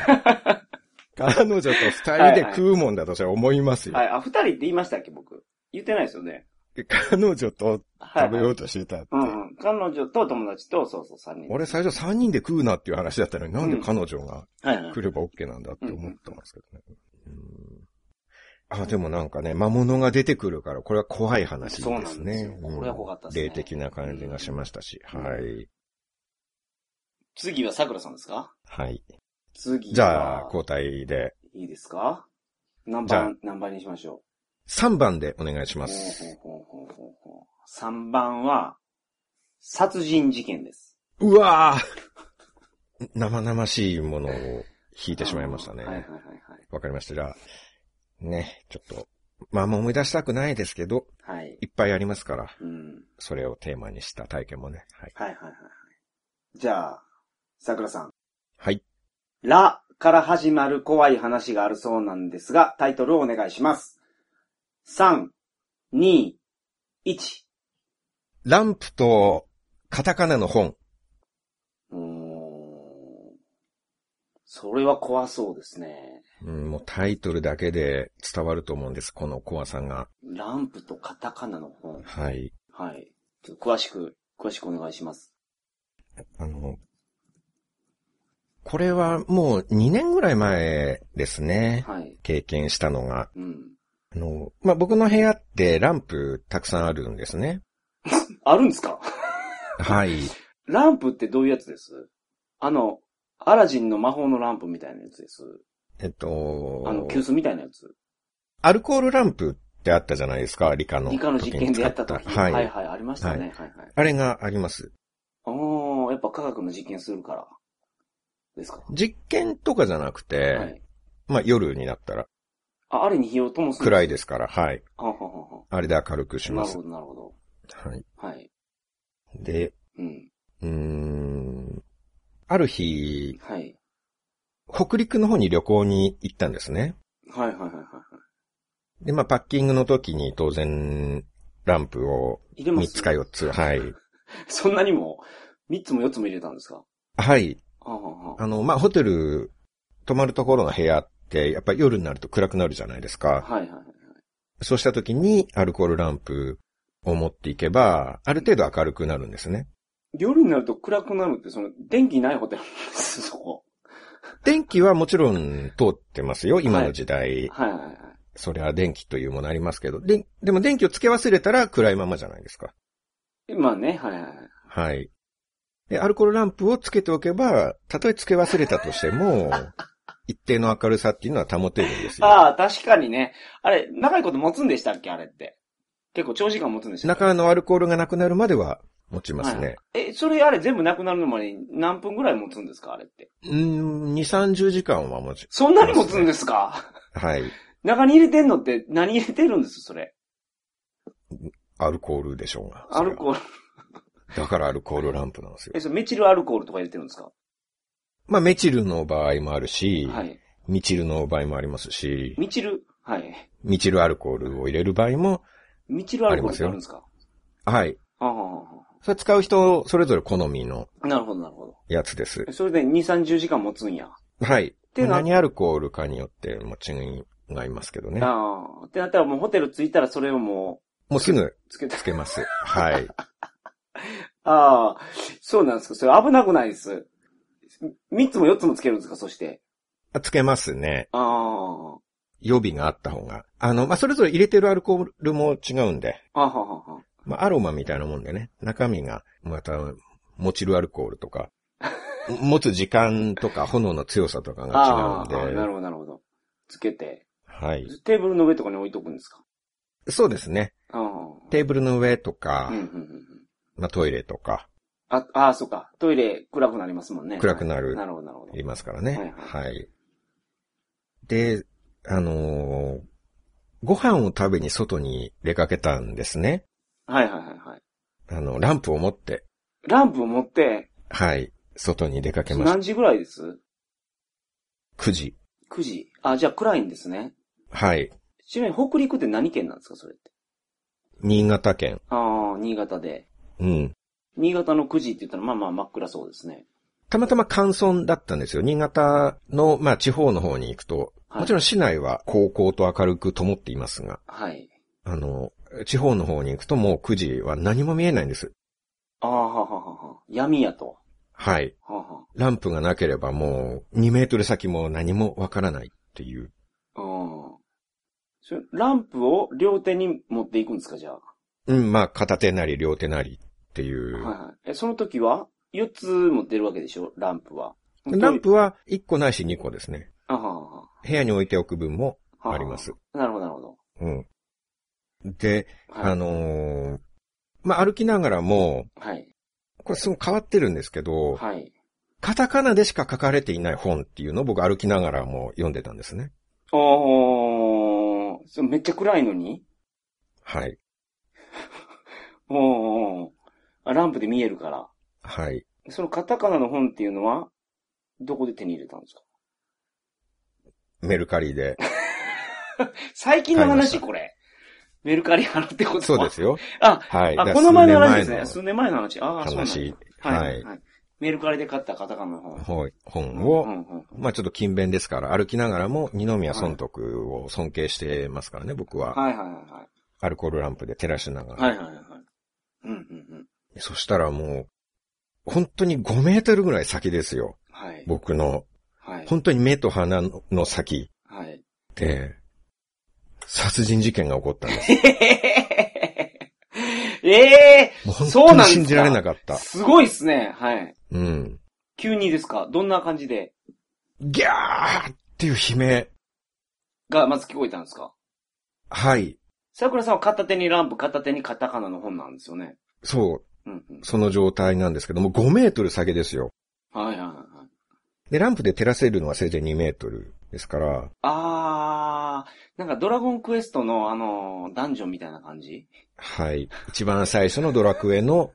彼女と二人で食うもんだとそれは思いますよ。
はい。あ、二人って言いましたっけ、僕。言ってないですよね。
彼女と
はい、
食べようとしてたって。
うんうん。彼女と友達と、そうそう、三人。
俺最初三人で食うなっていう話だったのに、なんで彼女が
はいはい
来。れば OK なんだって思ってますけどね。うんあ、でもなんかね、魔物が出てくるから、これは怖い話ですね。
そうなんですよこれは怖かったですね
霊的な感じがしましたし。
うん
はい。
次は桜さんですか
はい。
次は。
じゃあ、交代で、
いいですか何
じゃあ
番、何番にしましょ
3番でお願いし
う。
ます。
ほうほうほうほうほう三番は、殺人事件です。
うわぁ生々しいものを引いてしまいましたね。
はいはい
わ
はい
かりました。じゃあ、ね、ちょっと、まあもう思い出したくないですけど、
はい。はい。
いっぱいありますから、
うん。
それをテーマにした体験もね。はい。
はいはいはいはい。じゃあ、桜さん。
はい。
ラから始まる怖い話があるそうなんですが、タイトルをお願いします。3、2、1。
ランプと、カタカナの本。
うーん。それは怖そうですね。
うん、もうタイトルだけで伝わると思うんです、このコアさんが。
ランプとカタカナの本。
はい。
はい。ちょっと詳しく、詳しくお願いします。
あの、これはもう2年ぐらい前ですね。
はい。
経験したのが。
うん。
あの、まあ、僕の部屋ってランプたくさんあるんですね。
あるんですか
はい。
ランプってどういうやつですあの、アラジンの魔法のランプみたいなやつです。
えっと、
あの、急須みたいなやつ。
アルコールランプってあったじゃないですか、理科の。
理科の実験でやった時。
はい。
はいはい、ありましたね。はいはい。
あれがあります。
おー、やっぱ科学の実験するから。ですか、
実験とかじゃなくて、
はい。
まあ、夜になったら
あ、あれに火を灯すん
暗い
で
ですから、はい。
す。はんはんはんはん
あれで明るくし
な
ま
る
す
ほ。ど、なるほど。
はい。
はい。
で、
うん。
うーん、ある日、
はい。
北陸の方に旅行に行ったんですね。
はいはいはいはいはい。
で、まあ、パッキングの時に当然、ランプを
入れま
3
す
つか4つ、はい。
そんなにも、3つも4つも入れたんですか
はい。
はんはんはん
あの、まあ、ホテル、泊まるところの部屋って、やっぱり夜になると暗くなるじゃないですか。
はいはいはい。
そうした時にアルコールランプを持っていけば、ある程度明るくなるんですね。
夜になると暗くなるって、その、電気ないホテルなんです、そこ。
電気はもちろん通ってますよ、今の時代。
はいはいはい。
そりゃ電気というものありますけど。で、でも電気をつけ忘れたら暗いままじゃないですか。
まあね、はいはいはい。
はい。で、アルコールランプをつけておけば、たとえつけ忘れたとして も、一定の明るさっていうのは保てるんですよ。
ああ、確かにね。あれ、長いこと持つんでしたっけあれって。結構長時間持つんでしたっけ
中のアルコールがなくなるまでは持ちますね。
え、それあれ全部なくなるのまで何分ぐらい持つんですかあれって。
うーん、2、30時間は持ち、
そんなに持つんですか
はい。
中に入れてんのって何入れてるんですそれ。
アルコールでしょうが。
アルコール。
ール。だからアルコールランプなんですよ
え、。それメチルアルコールとか入れてるんですか
まあ、メチルの場合もあるし、
はい。
ミチルの場合もありますし、
ミチルはい。
ミチルアルコールを入れる場合も、
ミチルアルコールってあるんですか
はい。
あははは
それ使う人、それぞれ好みの
はなるほど、なるほど。
やつです
え。それで2、30時間持つんや。
はい。
てな
何アルコールかによってもう違いますけどね。
ああ。ってなったらもうホテル着いたらそれをも
もうすぐ
うつけて
つ。けます。はい。
ああ、そうなんですか。それ危なくないです。3つも4つもつけるんですかそして。
あつけますね。
ああ。
予備があった方が。あの、まあ、それぞれ入れてるアルコールも違うんで、
あははは。
まあ、アロマみたいなもんでね、中身が、また、持ちるアルコールと か、持つ時間とか炎の強さとかが
あ
違
あ、
うん
な
で、
るほど、なるほど。つけて。
はい。
テーブルの上とかに置いとくんですか
そうですね。
ああ。
テーブルの上とか
うん、うんうんうん
まあ、トイレとか、
あ、ああ、そうか。トイレ暗くなりますもんね。
暗くなる
なるほど、なるほど
い。ますからね。
は
はい。で、あのーご飯を食べに外に出かけたんですね。
はいはいはいはい。
あの、ランプを持って、
ランプを持って、
はい、外に出かけまし
何時ぐらいです
た。9時。
?9 時。あ、じゃあ暗いんですね。
はい。
ちなみに北陸って何県なんですかそれって。
新潟県。
ああ、新潟で。
うん。
新潟の9時って言ったらまあまあ真っ暗そうですね。
たまたま乾村だったんですよ。新潟の、まあ、地方の方に行くと、
はい
もちろん市内は高校と明るく灯っていますが、
はい。
あの、地方の方に行くともう9時は何も見えないんです。
ああ、はははは。闇やと。
はい。
はは。
ランプがなければもう2メートル先も何もわからないっていう。
うん。それランプを両手に持っていくんですかじゃあ。
うん、まあ片手なり両手なりってい。
はいうはい。え、その時は ?4 つ持ってるわけでしょランプは。
ランプは1個ないし2個ですね。
あははは
部屋に置いておく分も
は
ありま。す。
なるほど、なるほど。
うん。で、
はい、
あのーまあ歩きながらも、
はい。
これすごい変わってるんですけど、
はい。
カタカナでしか書かれていない本っていうのを僕歩きながらも読んでたんですね。
おー、そうめっちゃ暗いのに
はい。
おー、あランプで見えるから。
はい。
そのカタカナの本っていうのは、どこで手に入れたんですか
メルカリ で。
最近の
買いまし
話
た
これ。メルカリ払ってこと
そうですよ。
あ、
はい。
あ、
だ
この前の話ですね。
数
数年前の話。ああ、
年
そうなんだ
前の
は
話
い。はい。メルカリで買ったカタカナの本。
はい。本
う
を、
んうん
まあちょっと勤勉ですから、歩きながらも二宮尊徳を尊敬してますからね、僕は。
はいはいは
アルコールランプで照らしなが
い。はいは
ら。
いはいはい。うんうんうん。
そしたらもう、本当に5メートルぐらい先ですよ。
はい。
僕の。
はい。
本当に目と鼻の先
はい。
で、殺人事件が起こったんです。
ええ
もう
そう
本当に
なんですか
信じられなかった。
すごいっすね。はい。
うん。
急にですかどんな感じで
ギャーっていう悲鳴。
が、まず聞こえたんですか
はい。
桜さんは片手にランプ、片手にカタカナの本なんですよね。
そう。
うんうん。
その状態なんですけども、5メートル先ですよ。
はいはいはい。
で、ランプで照らせるのはせいぜい2メートルですから、
あー、なんかドラゴンクエストのあのーダンジョンみたいな感じ
はい。一番最初のドラクエの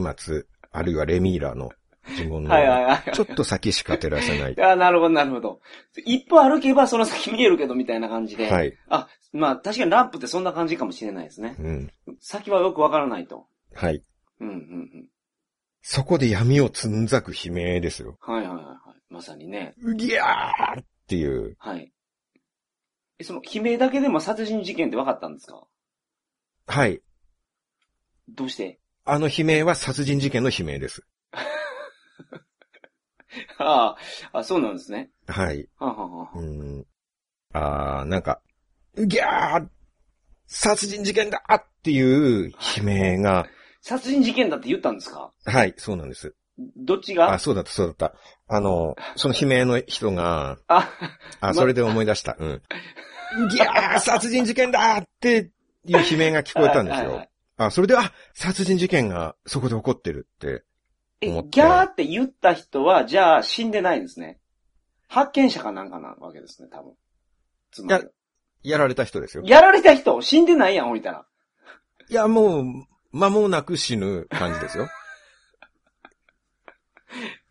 松明、あるいはレミーラの呪文
はいはい
の、
はい。
ちょっと先しか照らせ ない。
あーなるほどなるほど。一歩歩けばその先見えるけどみたいな感じで。。
はいい。
あ、まあ確かにランプってそんな感じかもしれないですね。
うん。
先はよくわからないと。
はい。
うんうんうん。
そこで闇をつんざく悲鳴ですよ。
はいはいはいはい。まさにね。
ギャーっていう。
はい。え、その悲鳴だけでも殺人事件って分かったんですか
はい。
どうして
あの悲鳴は殺人事件の悲鳴です。
あーあ、そうなんですね。
はい。
はあ、はあはあ
う、ん。あー、なんか、ギャー殺人事件だっていう悲鳴が、
殺人事件だって言ったんですか
はい、そうなんです。
どっち
あ、
が
そうだった、そうだった。あの、その悲鳴の人が、
あ、
あ、それで思い出した。 うん。ギャー殺人事件だっていう悲鳴が聞こえたんです
はいはいはい
よ。あ、それで、あ、殺人事件がそこで起こってるって。
え、ギ
思って
ャーって言った人は、じゃあ死んでないんですね。発見者かなんかなわけですね、多分。つまり。
やられた人ですよ。い
やられた人、死んでないやん、ほいたら。
や、もう、間もなく死ぬ感じです よ。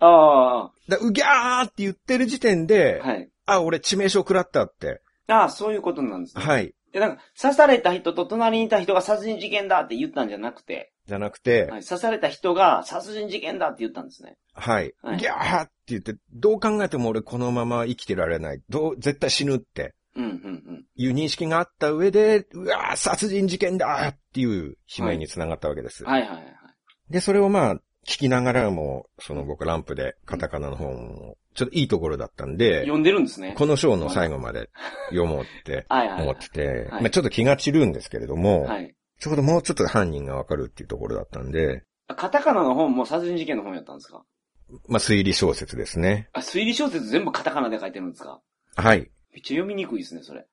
あ
だうぎゃーって言ってる時点
あ、
で、
はい。
あ、俺致命傷食らったって。
ああ、そういうことなんですね。
はい。
で、なんか、刺された人と隣にいた人が殺人事件だって言ったんじゃなくて、
じゃなくて、
はい、刺された人が殺人事件だって言ったんですね。
はい。
はい
ギャーって言って、どう考えても俺このまま生きてられない。どう、絶対死ぬって
うん、うん、
いう認識があった上で、うわー、殺人事件だーっていう悲鳴につながったわけです。
うん。はい、はい、はい。
で、それをまあ、聞きながらも、その僕ランプでカタカナの本を、ちょっといいところだったんで、
呼んでるんですね。
この章の最後まで読もうって
はい、はい、
思
は
ってて、
はい
まあちょっと気が散るんですけれども、
い。はい。
ちょうどもうちょっと犯人がわかるっていうところだったんで、
あカタカナの本も殺人事件の本やったんですか
まあ推理小説ですね。
あ、推理小説全部カタカナで書いてるんですか
はい。
めっちゃ読みにくいですね、それ。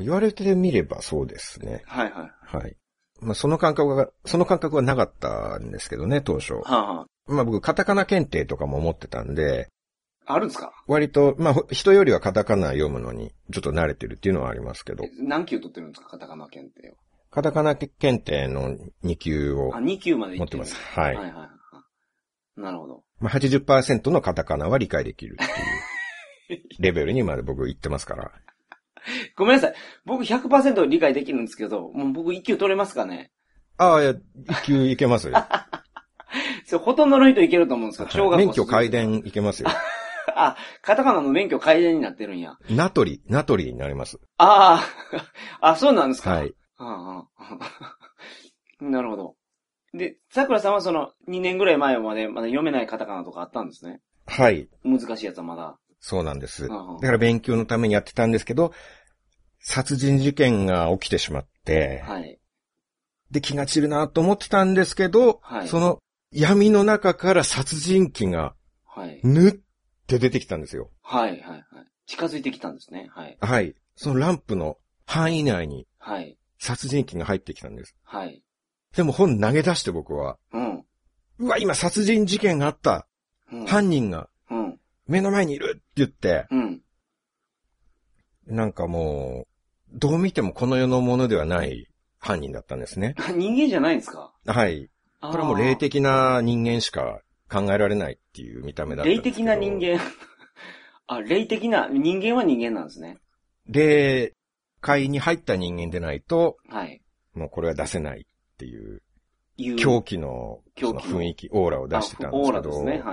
言われてみればそうですね。
はい、はい。
はい。まあ、その感覚が、その感覚はなかったんですけどね、当初。
はあ、は
まあ、僕、カタカナ検定とかも持ってたんで、
あ、あるんですか
割と、まあ、ほ人よりはカタカナ読むのに、ちょっと慣れてるっていうのはありますけど
え、何級取ってるんですかカタカナ検定は。
カタカナ検定の2級を
あ、2級まで行
持
っ
ってて
るん
ま。
ですす。
は。
はいはいはいはい。なるほど。
まあ、80%のカタカナは理解できるって いう、レベルにまで僕行ってますから。
ごめんなさい。僕100%理解できるんですけど、もう僕1級取れますかね
ああ、いや、1級いけますよ。
それほとんどの人いけると思うんですけど、 小学校。
免許改。伝いけますよ。
あ、カタカナの免許改伝になってるんや。
ナトリ、ナトリになります。
あ あ、あ、そうなんですか。
はい。
ああ。 なるほど。で、桜さんはその2年ぐらい前までまだ読めないカタカナとかあったんですね。
はい。
難しいやつはまだ。
そうなんです。
うん
だ
うん
から勉強のためにやってたんですけど、殺人事件が起きてしまって、
はい。
で気が散るなと思ってたんですけど、
はい
その闇の中から殺人鬼が
はい。
ぬって出てきたんですよ。
はい、はい、はい。近づいてきたんですね。はい。
はい。そのランプの範囲内に
はい。
殺人鬼が入ってきたんです。
はい。
でも本投げ出して僕は、
うん。
うわ、今殺人事件があった。
うん。
犯人が
うん。
目の前にいるって言って、
うん。
なんかもう、どう見てもこの世のものではない犯人だったんですね。
人間じゃないんですか
はい。
こ
これはもう霊的な人間しか考えられないっていう見た目だったん
霊
ですけど。
的な人。間。 あ、霊的な、人間は人間なんですね。
霊界に入った人間でないと、
はい。
もうこれは出せないっていう、
いう
狂気のその
狂気の
雰囲気、オーラを出してたんです
あオー
け
ラ
ど。
ですね。はいは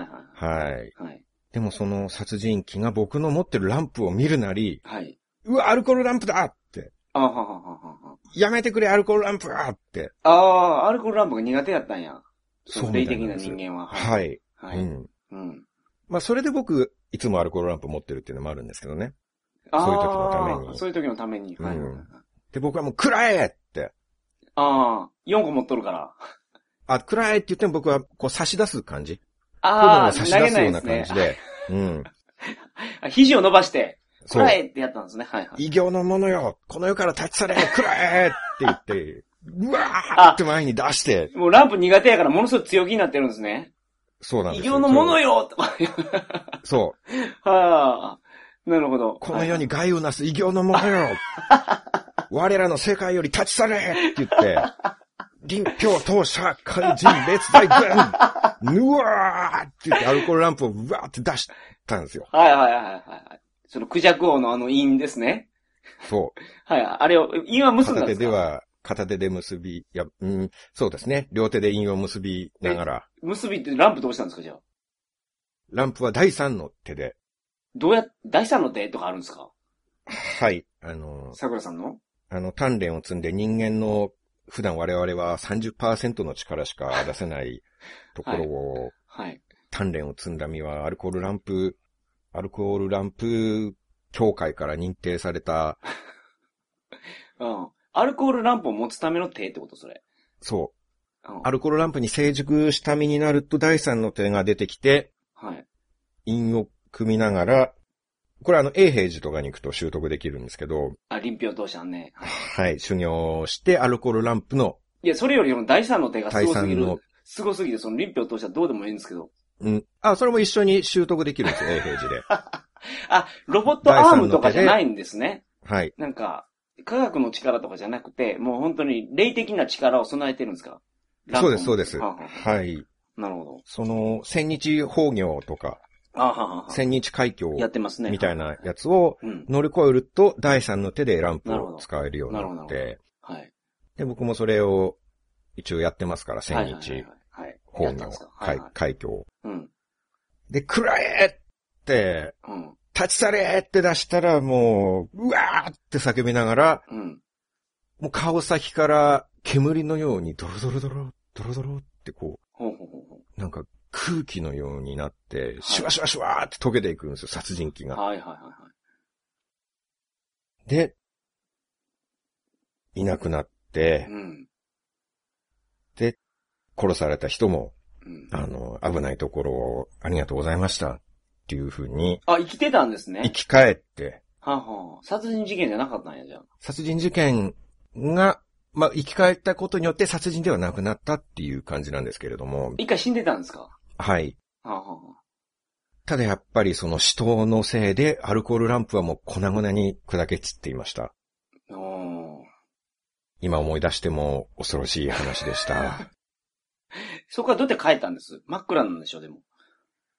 はい。
い。はい。
でもその殺人鬼が僕の持ってるランプを見るなり、
はい。
うわ、アルコールランプだって、
あはははは
やめてくれ、アルコールランプはって。
ああー、アルコールランプが苦手やったんや。
そう
霊
みたい
的
ん
な
です
人間は。い。
はい。
は
う
い。
ん。
うん。
まあ、それで僕、いつもアルコールランプ持ってるっていうのもあるんですけどね。
あー
そういう時のために
そういう時のために。はい。
うんで、僕はもう、暗えって。
ああ、4個持っとるから。
あ、暗えって言っても僕は、こう差し出す感じ。
あ
炎
あ、投
を差し
げ
出す
な
よ
いうで
な
す
感
ね
じ。で。うん。
あ肘を伸ばして、く
そう
ら。えってやったんですね。はいはい。
異形のものよこの世から立ち 去れ暗えって言って、うわーって前に出して、
もうランプ苦手やからものすごい強気になってるんですね。
そうなん
異
です
形のもの
よ
よとか。
そう。
はあ、なるほど。
この世に害をなす異形のものよ我らの世界より立ち去れって言って、臨氷当社会人列大軍ぬわーって言ってアルコールランプをうわーって出したんですよ。
はいはいはいはいはい。そのクジャク王のあの印ですね。
そ
はい。あれを、印は
う。
結んだ
片
んで
手
す
で
か
は、片手で結び、いや、うん、そうですね。両手で韻を結びながら、
結びってランプどうしたんですかじゃあ。
ランプは第三の手で、
どうや、第三の手とかあるんですか
はい、あの、
桜さんの
あの、鍛錬を積んで人間の普段我々は30%の力しか出せないところを、
はい。
鍛錬を積んだ身はアルコールランプ、アルコールランプ協会から認定された、
うん。アルコールランプを持つための手ってことそれ。
そう、
うん。
アルコールランプに成熟した身になると第三の手が出てきて、
はい。
陰を組みながら、これあの、永平寺とかに行くと習得できるんですけど、
あ、臨氷当社ね。はい
はい、修行してアルコールランプの
いや、それよりも第三の手がす
第
ごす
三
ぎる
の。、
すごすぎて、その臨氷当社どうでもいいんですけど。
うん。あ、それも一緒に習得できるんですよ、永平寺で。
あ、ロボットアームとかじゃないんですね。
はい。
なんか、科学の力とかじゃなくて、もう本当に霊的な力を備えてるんですか
そうです、そうです。
ランプもはあは
はい。
あなるほど。
その、千日法行とか、
あはあはあ
千日海峡
やってますね。
みたいなやつを、
うん。
乗り越えると、第三の手でランプを使えるように
なる
な
ほ
っ
どなる
て、
はい。
で、僕もそれを一応やってますから、
はい
千
はいはい
日
はい。はい。
法
やったん
の
ですかはい
海
はい。
海峡。
うん。
で、くらえって、
うん。
立ち去れって出したら、もう、うわーって叫びながら、
うん。
もう顔先から煙のようにドロドロドロ、ドロドロってこ
ほうほうほうほ
う、なんか空気のようになって、シュワシュワシュワーって溶けていくんですよ、殺人鬼
う。
が。
はいはいはいはい。
で、いなくなって
う、ん。
殺された人も
うん。
あの、危ないところをありがとうございましたっていうふうに、
あ、生きてたんですね。
生き返って、
はあはあ。殺人事件じゃなかったんや、じゃあ。
殺人事件が、まあ、生き返ったことによって殺人ではなくなったっていう感じなんですけれども、
一回死んでたんですかは
はい。
あはあは
ただやっぱりその死闘のせいでアルコールランプはもう粉々に砕け散っていました。
あ。おー
今思い出しても恐ろしい話でした。
そこからどうやって帰ったんです真っ暗なんでしょ、でも。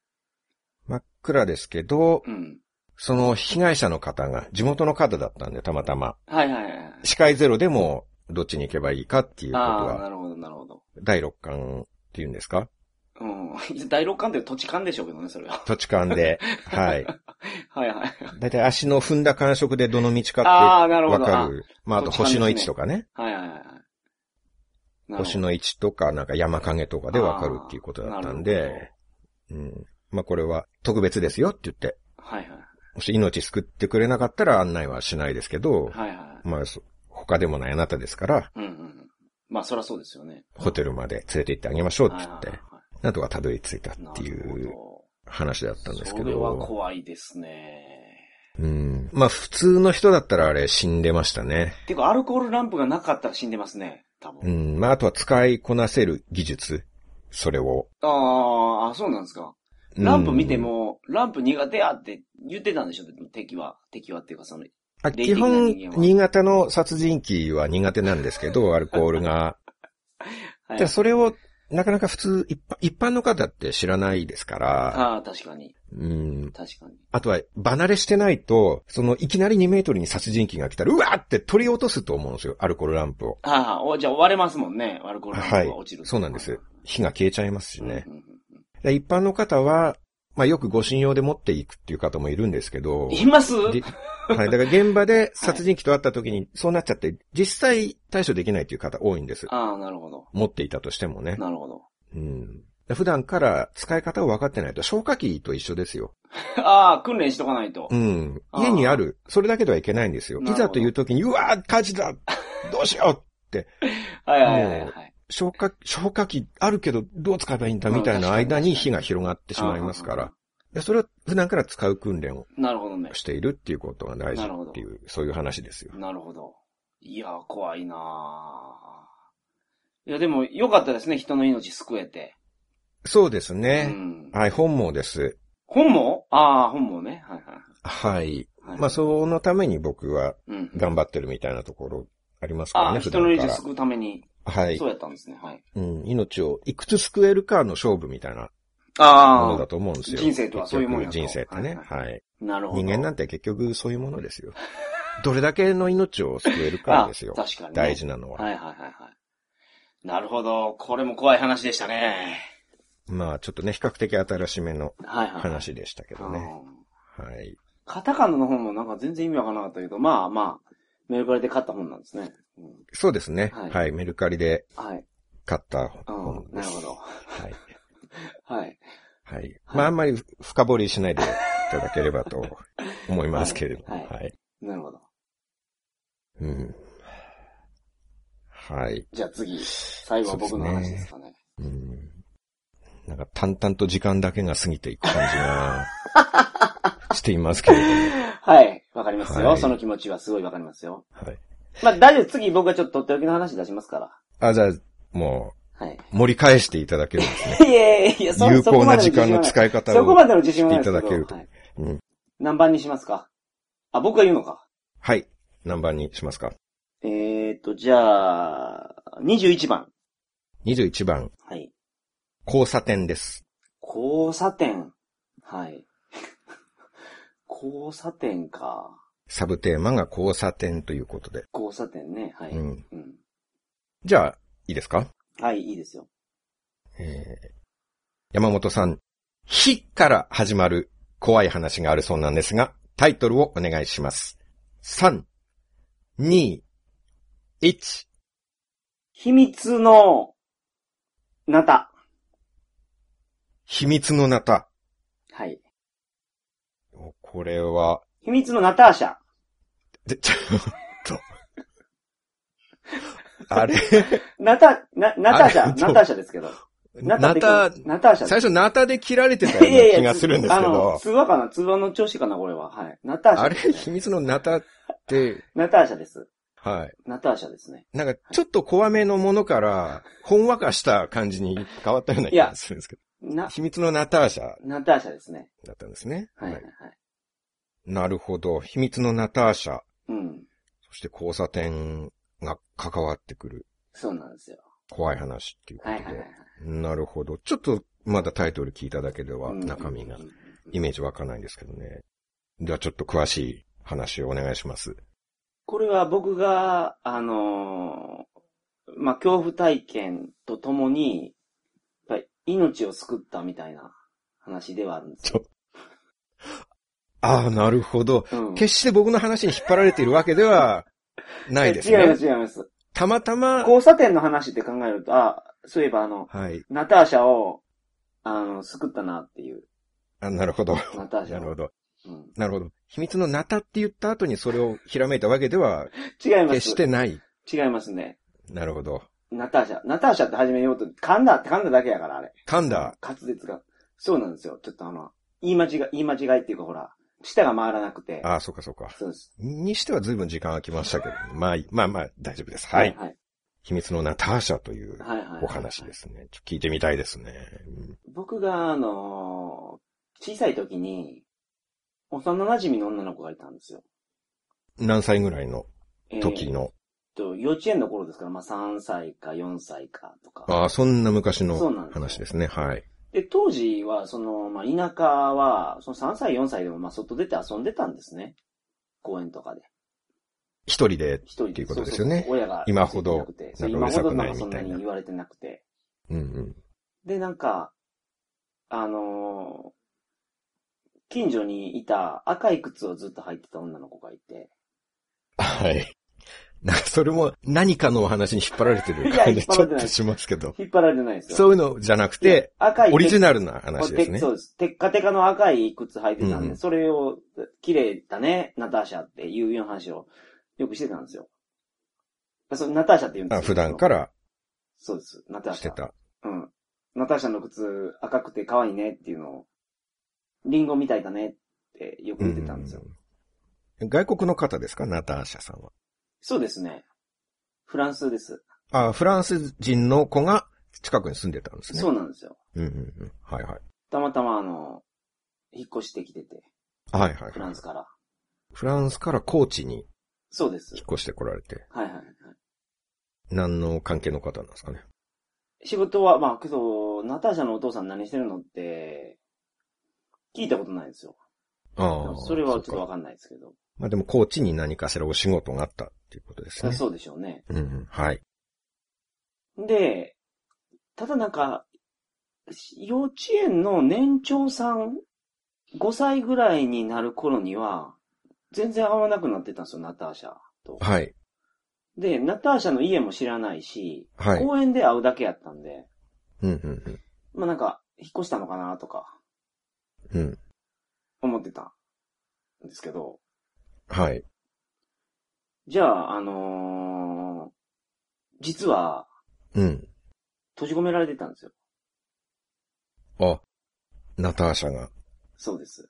真っ暗ですけど、
うん。
その被害者の方が地元の方だったんでたまたま、
はいはいはいはい。
視界ゼロでもどっちに行けばいいかっていうこと
ああ、
は
なるほど、なるほど。
第六感っていうんですか
うん。 第六感って土地感でしょうけどね、それは。
土地勘で。はい。
はいはい。
だいたい足の踏んだ感触でどの道か
ああ、な
って
るほ
わ
ど。
かる。まあ、あと
土地勘です
星
ね
の位置とかね。
あはいはいはいはい。なるほど
星の位置とか、なんか山影とかでわかるっていうことだったん
あーなる
で、うん。まあ、これは特別ですよって言って、
はいはい。
もし命救ってくれなかったら案内はしないですけど、
はいはい。
まあ、そ他でもないあなたですから、
うんうん。まあ、そりゃそうですよね。
ホテルまで連れて行ってあげましょうって
はい
言
は
っ
い
て、
は
なんとかたどり着いたっ
い。な
てい
る
う
ほ
話だっ
ど
たんですけ
それは
ど、
怖いですね。
うん。まあ、普通の人だったらあれ死んでましたね。
てか、アルコールランプがなかったら死んでますね。多
う
分。
ん、まあ、あとは使いこなせる技術。それを。
ああ、あそうなんですか。ランプ見ても、ランプ苦手やって言ってたんでしょ敵は。敵はっていうか、その、
あ
霊
基
的な人間は
本、新潟の殺人鬼は苦手なんですけ ど、アルコールが。
はい
じゃあそれを、なかなか普通、一般一般の方って知らないですから、
ああ、確かに。
うん。
確かに。
あとは、離れしてないと、その、いきなり2メートルに殺人鬼が来たら、うわーって取り落とすと思うんですよ、アルコールランプを。
ああ、おじゃあ割れますもんね。アルコールの
はい
が落ちる、。
そうなんです。火が消えちゃいますしね。
うんうんうん
で一般の方は、まあよく護身用で持っていくっていう方もいるんですけど、
います
ではい。だから現場で殺人鬼と会った時にそうなっちゃって、実際対処できないっていう方多いんです。
ああ、なるほど。
持っていたとしてもね。
なるほど。
うん。普段から使い方を分かってないと消火器と一緒ですよ。
ああ、訓練しとかないと。
うん。
あー
家にある。それだけではいけないんですよ。
なる
い
ほど
ざという時に、うわー火事だどうしよう
はいはいはいはい。
消火、消火器あるけどどう使えばいいんだみたいな間に火が広がってしまいますから。でそれは普段から使う訓練を
なるほどね。
しているっていうことが大事
なるほど
っていう、そういう話ですよ。
なるほど。いやー、怖いなーいや、でも、良かったですね。人の命救えて。
そうです
う
ね。
ん。
はい、本望です。
本もああ、本もね。はいはい
はい。
はい。
まあ、そのために僕は
うん。
頑張ってるみたいなところありますから
あ
ね、
あ、
普
人の
段
命
か
を
ら。
救うために、
はい
そう。やったんですね。はい。
うん、命をいくつ救えるかの勝負みたいなもの
あ
だと思うんですよ。
人生とはそういうもんやと
結局人生ってね。
はい
はい。
あ、なるほど。
人間なんて結局そういうものですよ。どれだけの命を救えるかですよ
あ。確かに、ね。
大事なのは。
はいはいはいはい。なるほど。これも怖い話でしたね。
まあ、ちょっとね、比較的新しめの
はいはい。
話でしたけどね。
うん
はい。
カタカナの本もなんか全然意味わからなかったけど、まあまあ、メルカリで買った本なんですね。うん
そうですね。
は
はいい、メルカリで
はい。
買った
う
本
ん。
で
なる
す。
ほど。
はい。
はい。
はい。まあ、あんまり深掘りしないでいただければと思いますけれども。
は
はいい。
はなるほど。
うん。はい。
じゃあ次、最後は僕の話ですかね。
うん。なんか淡々と時間だけが過ぎていく感じ がしていますけれども。
はい。わかりますよ、
はい
その気持ちはすごいわかりますよ。
はい。
まあ大丈夫。次僕がちょっととっておきの話出しますから。
あ、じゃあ、も
はい。
う、盛り返していただけるんですね。
いやいやいや、 そ
有
そこ
効な
まで
時間の
自信はない
使い方
そこ
を。
までの自信はないですけど。
していただけると
はい
うん
何番にしますかあ、僕が言うのか。
はい。何番にしますか
えーと、じゃあ、21番。
?21 番、
はい。
交差点です。
交差点。はい。 交差点か。
サブテーマが交差点ということで。
交差点ね。はい。
う
うん
ん。じゃあ、いいですか
はい、いいですよ。
えー山本さん、火から始まる怖い話があるそうなんですが、タイトルをお願いします。3、2、1。
秘密の、なた。
秘密のナタ。
はい。
おこれは、
秘密のナターシャ。
でちょっ と。あれ
ナタ、な、ナターシ
あ
ャ、
れどう
ナターシャですけど。ナタ
ナ
って
タ、
ナターシャ
最初ナタで切られてた
いやい
ような
や
気がするんですけ
あの、
ど、
通話かな通話の調子かなこれは。はい。ナターシャ。
あれ秘密のナタって、
ナターシャです。
はい。
ナターシャですね。
なんか、ちょっと怖めのものから、ほんわかした感じに変わったような気がするんですけ
な
ど。、秘密のナターシャ
ナターシャですね。
だったんですね。
はいはいはい。
なるほど。秘密のナターシャ。
うん。
そして交差点が関わってくる
そうなんですよ。
怖い話っていうこ
はい
と
はい
で。
はいはい。
なるほど。ちょっと、まだタイトル聞いただけでは
うん
中身が
うん
イメージわかんないんですけどね。ではちょっと詳しい話をお願いします。
これは僕が、あのーまあ、恐怖体験とともに、やっぱり命を救ったみたいな話ではあるんですよ。
ああ、なるほど。
うん
決して僕の話に引っ張られているわけでは ないです
違いま
ね。
す違います。
たまたま、
交差点の話って考えると、あ、そういえばあの、
はい。
ナターシャを、あの、救ったなっていう。
あ、なるほど。
ナターシ
な
ャ
る
を。
ほど。
うん、
なるほど。秘密のナタって言った後にそれをひらめいたわけでは
違います。
決してない。
違いますね。
なるほど。
ナターシャ。ナターシャって始めようと、噛んだって噛んだだけやから、あれ。
噛んだ。
滑舌が。そうなんですよ。ちょっとあの、言い間違い、言い間違いっていうかほら、舌が回らなくて。
ああ、そうかそうか。
そうです。
にしては随分時間空きましたけど、まあいい、まあまあ、大丈夫です。はい。
はい。
秘密のナターシャという
はいはい。
お話ですね。ちょっと聞いてみたいですね。
僕が、あの小さい時に、幼馴染の女の子がいたんですよ。
何歳ぐらいの
えー
時の。
と、幼稚園の頃ですから、まあ3歳か4歳かとか。
ああ、そんな昔
そうなん
の
です
話ですね。はい。
で、当時は、その、まあ田舎は、その3歳4歳でも、まあ外出て遊んでたんですね。公園とかで。
一人で。
一人で。
っていうことですよね
そうそうそう親が。
今ほど
なくてそう
なんか
今
うる
ほ
さ
ど
く
な
なんい
かそんな
みたいな
に言われてなくて。
うんうん。
で、なんか、あのー近所にいた赤い靴をずっと履いてた女の子がいて。
はい。なんかそれも何かのお話に引っ張られてる
いや
感
引
じ
っ
ち
張
ょ
られて
っ
な
と
い
しますけど。
引っ張られてないですよ。
そういうのじゃなくて、
赤い
オリジ
ル
ナルな話ですね
そ。うです。テッカテカの赤い靴履いてたんで、
うん
それを、綺麗だね、ナターシャっていうような話をよくしてたんですよ。そのナターシャって言うんです
あ
よ。
普段から
そうです。ナター
し
シ
て
ャ。
た。
うん。ナターシャの靴赤くて可愛いねっていうのを、リンゴみたいだねってよく言ってたんですよ。
うん外国の方ですかナターシャさんは。
そうですね。フランスです。
あフランス人の子が近くに住んでたんですね。
そうなんですよ。
うんうんうん。はいはい。
たまたまあの、引っ越してきてて、
はいはい。
フランスから。
フランスから高知に
そうです。
引っ越してこられて、
はいはいはい。
何の関係の方なんですかね。
仕事は、まあ、けど、ナターシャのお父さん何してるのって、聞いたことないんですよ。
ああ。
それはちょっと
そう
わ
か
かんないですけど。
まあでも高知に何かしらお仕事があったっていうことです
そ
ね。
そうでしょうね。
うんうん。はい。
で、ただなんか、幼稚園の年長さん、5歳ぐらいになる頃には、全然会わなくなってたんですよ、ナターシャと。
はい。
で、ナターシャの家も知らないし、
はい。
公園で会うだけやったんで、
うんうん
まあなんか、引っ越したのかなとか、
うん。うん。
思ってたんですけど、
はい。
じゃあ、あのー実は、
うん。
閉じ込められてたんですよ。
あ、ナターシャが。
そうです。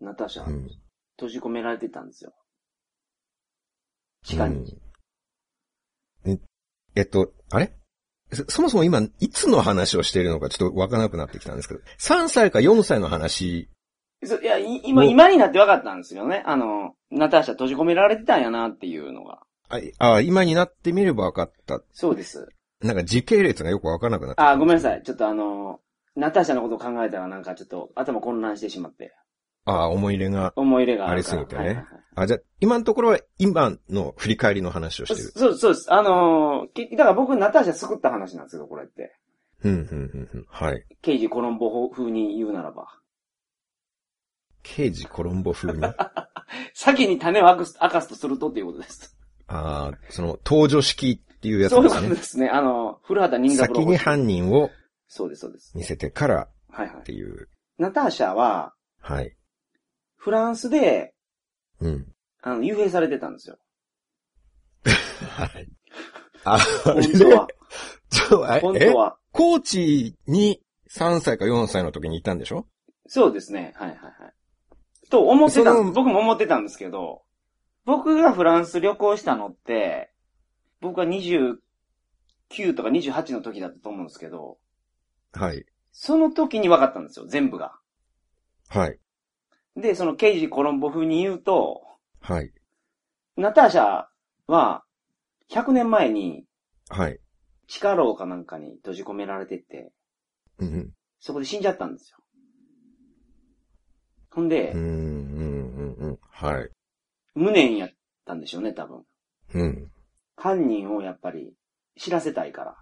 ナターシャ、
うん。
閉じ込められてたんですよ。地下に。
うん。ええっと、あれそそもそも今、いつの話をしているのかちょっとわからなくなってきたんですけど、3歳か4歳の話、
そういや、い今、今になって分かったんですよね。あの、ナターシャ閉じ込められてたんやなっていうのが。
あ、あ今になってみれば分かった。
そうです。
なんか時系列がよく分からなくなって。
あ、ごめんなさい。ちょっとあの、ナターシャのことを考えたらなんかちょっと頭混乱してしまって。
ああ、思い入れが。
思い入れがあるから。
ありすぎてね
はいはいはい
あ、じゃあ、今のところは今の振り返りの話をしてる。
そう、そうです。あのー、けだから僕、ナターシャ救った話なんですよ、これって。
うん、うん、うん、うん。はい。
ケイジ・コロンボ風に言うならば。
刑事コロンボ風に。あ
先に種を明かす明かすとするとっていうことです。
あ、その、登場式っていうやつ
そういう
で
こと
す
で
ね。
すね。あの、古畑任三郎。
先に犯人を
そうです、そうです。
見せてから
はいは
っ
い。
ていう。
ナターシャは、
はい。
フランスで、
うん。
あの、幽閉されてたんですよ。
はい。あ、
本
れ
当は。
ちょ、あ
本
え
当、は。
高知に3歳か4歳の時にいたんでしょ
そうですね。はいはいはい。と思ってた
そ
ん
の
僕も思ってたんですけど、僕がフランス旅行したのって、僕は29とか28の時だったと思うんですけど、
はい。
その時に分かったんですよ、全部が。
はい。
で、そのケイジ・コロンボ風に言うと、
はい。
ナターシャは、100年前に
はい。
地下牢かなんかに閉じ込められてて、
うんうん。
そこで死んじゃったんですよ。ほんで、
うん、うん、うん、うん。はい。
無念やったんでしょうね、多分。
うん。
犯人をやっぱり知らせたいから、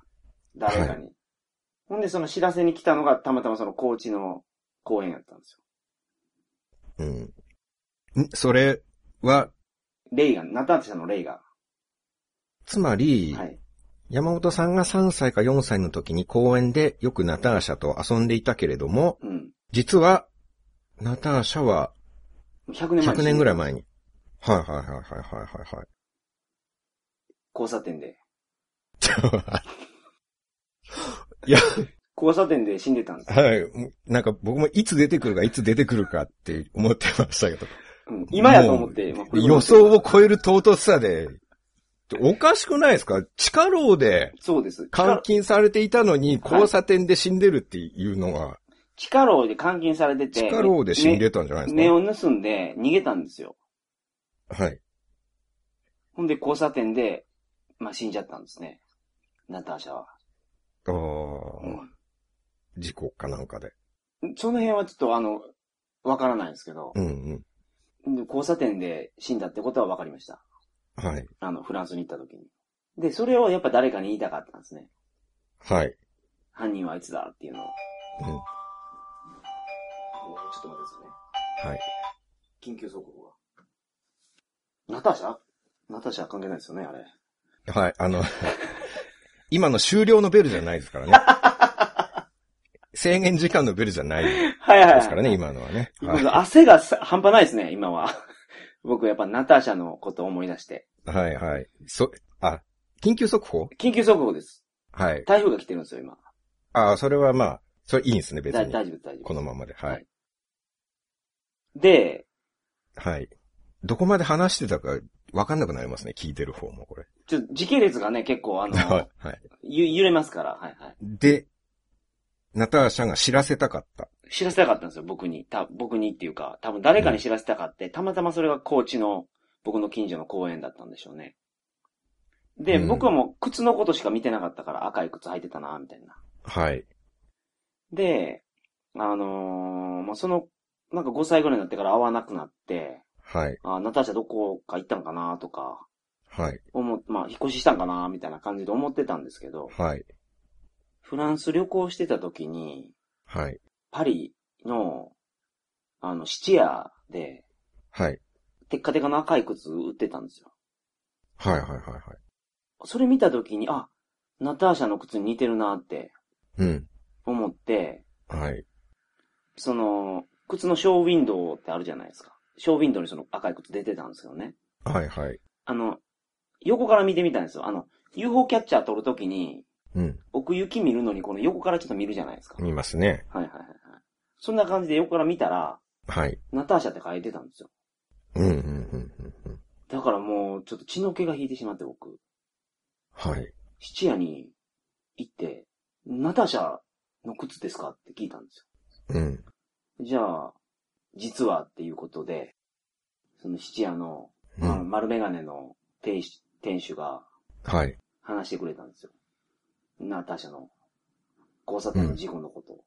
誰かに。ほんで、その知らせに来たのがたまたまその高知の公園やったんですよ。
うん。んそれは、
レイガン、ナターシャのレイガ
つまり、
ン。はい。
山本さんが3歳か4歳の時に公園でよくナターシャと遊んでいたけれども、
うん。
実は、ナターシャは
100年前
100年ぐらい前に。はいはいはいはいはいはいはい。
交差点で。
ちょ
交差点で死んでたんですよ。
はい。 なんか僕もいつ出てくるか、いつ出てくるかって思ってましたけど。
うん、今やと思って、まあこれ
予想を超える唐突さで、おかしくないですか地下牢で
そうです。
監禁されていたのに
はい
交差点で死んでるっていうのは、
地下牢で監禁されてて、
地下牢で死んでたんじゃないです
目を盗んで逃げたんですよ。
か。はい。
ほんで交差点で、まあ、死んじゃったんですね。ナターシャは。
あ
う
あ、
ん
事故かなんかで。
その辺はちょっとあの、わからないんですけど、
うんうん。
で交差点で死んだってことはわかりました。
はい。
あの、フランスに行った時に。で、それをやっぱ誰かに言いたかったんですね。
はい。
犯人はあいつだっていうのを。
うん。は
ちょっと待ってください
い。
ね。緊急速報が。ナターシャナターシャ関係ないですよね、 あれ。
はい、あの、 今の終了のベルじゃないですからね。 制限時間のベルじゃないで
はいはい、はい。
すから ね、今のはね。
今
は
度汗がさ半端ないですね、今は。 僕やっぱナターシャのことを思い出して。
い、はい、はい。そ、あ、緊急速報
緊急速報です。
はい。
台風が来てるんですよ、今。
あ、それはまあ、それいいんですね、別
だ大
に
丈。夫です、大丈夫です。
このままで。はい。
で、
はい。どこまで話してたかわかんなくなりますね、聞いてる方もこれ。
ちょっと時系列がね、結構
は
あ
い
の、。
はい。
ゆ揺れますから、はいはい。
で、ナターシャが知らせたかった。
知らせたかったんですよ、僕に。た僕にっていうか、多分誰かに知らせたかって、たまたまそれが高知の、僕の近所の公園だったんでしょうね。で、
うん
僕はもう靴のことしか見てなかったから赤い靴履いてたな、みたいな。
はい。
で、あのーまあ、その、なんか5歳ぐらいになってから会わなくなって、
はい。
あ、ナターシャどこか行ったんかなとか、
はい。
思っ、まあ、引っ越ししたんかなみたいな感じで思ってたんですけど、
はい。
フランス旅行してた時に、
はい。
パリの、あの、質屋で、
はい。
テッカテカの赤い靴売ってたんですよ。
はい。はい。はい。はい。
それ見た時に、あ、ナターシャの靴に似てるなって
うん。
思って、
はい。
その、靴のショーウィンドウってあるじゃないですか。ショーウィンドウにその赤い靴出てたんですよね。
はい。はい。
あの、横から見てみたんですよ。あの、UFO キャッチャー撮るときに、
うん。
奥行き見るのにこの横からちょっと見るじゃないですか。はい
見ますね。
はいはいはい。そんな感じで横から見たら、
はい。
ナターシャって書いてたんですよ。
うん、うん、うん、うんうん。
だからもう、ちょっと血の気が引いてしまって僕、
はい。
質屋に行って、ナターシャの靴ですかって聞いたんです
うん。
よ。じゃあ、実はっていうことで、その質屋の、
う
あの
ん。
丸メガネの店主店主が、
はい。
話してくれたんですよ。ナターシャの交差点の事故のことを、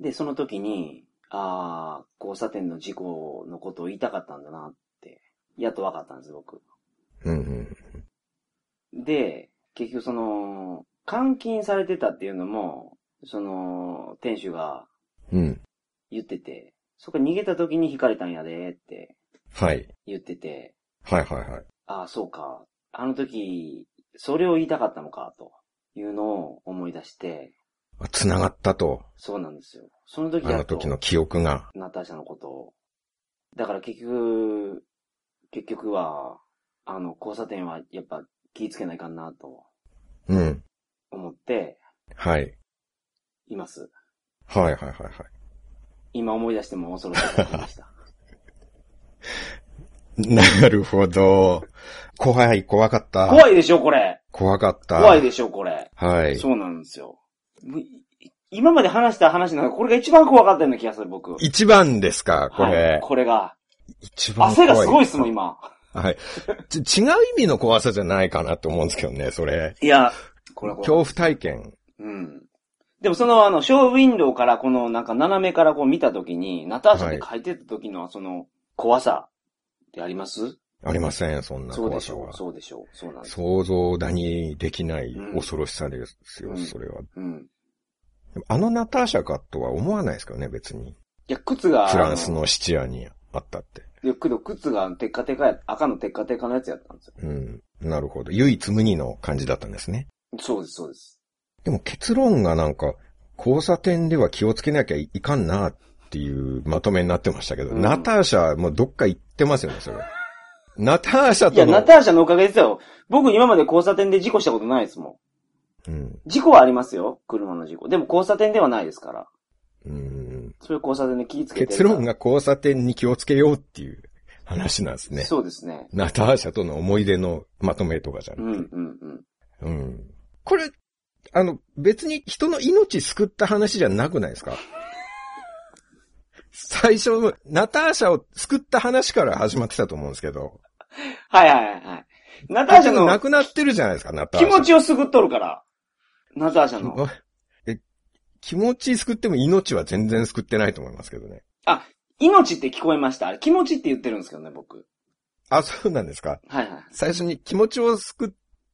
で、その時に、ああ、交差点の事故のことを言いたかったんだなって、やっと分かったんです、僕。
うん、うん。
で、結局その、監禁されてたっていうのも、その、店主が
うん。
言ってて、そこから逃げた時に引かれたんやでって
はい。
言ってて、
はい、はい、はい。
ああ、そうか。あの時、それを言いたかったのか、というのを思い出して、
あ繋がったと。
そうなんですよ。その時
あ
や
の
っと
時の記憶が。
ナターシャのことを。だから結局、結局は、あの、交差点はやっぱ気ぃつけないかんなと
うん。
思って
はい。
います。
はい、はい、はい、はい。
今思い出しても恐ろしいこと でした。
なるほど。怖い、怖かった。
怖いでしょ、これ。
怖かった。
怖いでしょ、これ。
はい。
そうなんですよ。む今まで話した話なのこれが一番怖かったような気がする、僕。
一番ですか、こ
はい
れ。
これが。
一番怖
汗
い。
がすごいっすもん、今。
はい。ち違う意味の怖さじゃないかなと思うんですけどね、それ。
いや、これは怖い
恐怖体験。
うん。でもそのあの、ショーウィンドウからこのなんか斜めからこう見たときに、ナターシャで書いてた時のその怖さってあります
ありません、そんな
そうで
怖
し
さ
ょ
は
う、。そうでしょう、そうなんです。
想像だにできない恐ろしさですよ、
うん
それは。
うん。
でもあのナターシャかとは思わないですけどね、別に。
いや、靴が、
フランスの質屋にあったって。
いや。けど靴がテッカテカや、赤のテッカテカのやつやったんですよ。
うん。なるほど。唯一無二の感じだったんですね。
そうです、そうです。
でも結論がなんか、交差点では気をつけなきゃいかんなっていうまとめになってましたけど、
うん
ナターシャもうどっか行ってますよね、それ。ナターシャ
いや、
との。
ナターシャのおかげですよ。僕今まで交差点で事故したことないですも
うん。
ん。事故はありますよ。車の事故。でも交差点ではないですから。
うん。
それ交差点で気ぃつけてる
結
から
論が交差点に気をつけようっていう話なんですね。
そうですね。
ナターシャとの思い出のまとめとかじゃ
う、
なん
う
くて。
ん、うん。
うん。 これ、あの、別に人の命救った話じゃなくないですか最初、ナターシャを救った話から始まってたと思うんですけど、
はいはいはいはい。ナター
結
シャ
局亡
の
くなってるじゃないですか、ナターシ
気
ャ。
持ちをすぐっとるから。ナターシャの。
え気持ち救っても命は全然救ってないと思いますけどね。
命って聞こえました。あれ気持ちって言ってるんですけどね、僕。
あ、そうなんですか。
はいはい。
最初に気持ちを救っ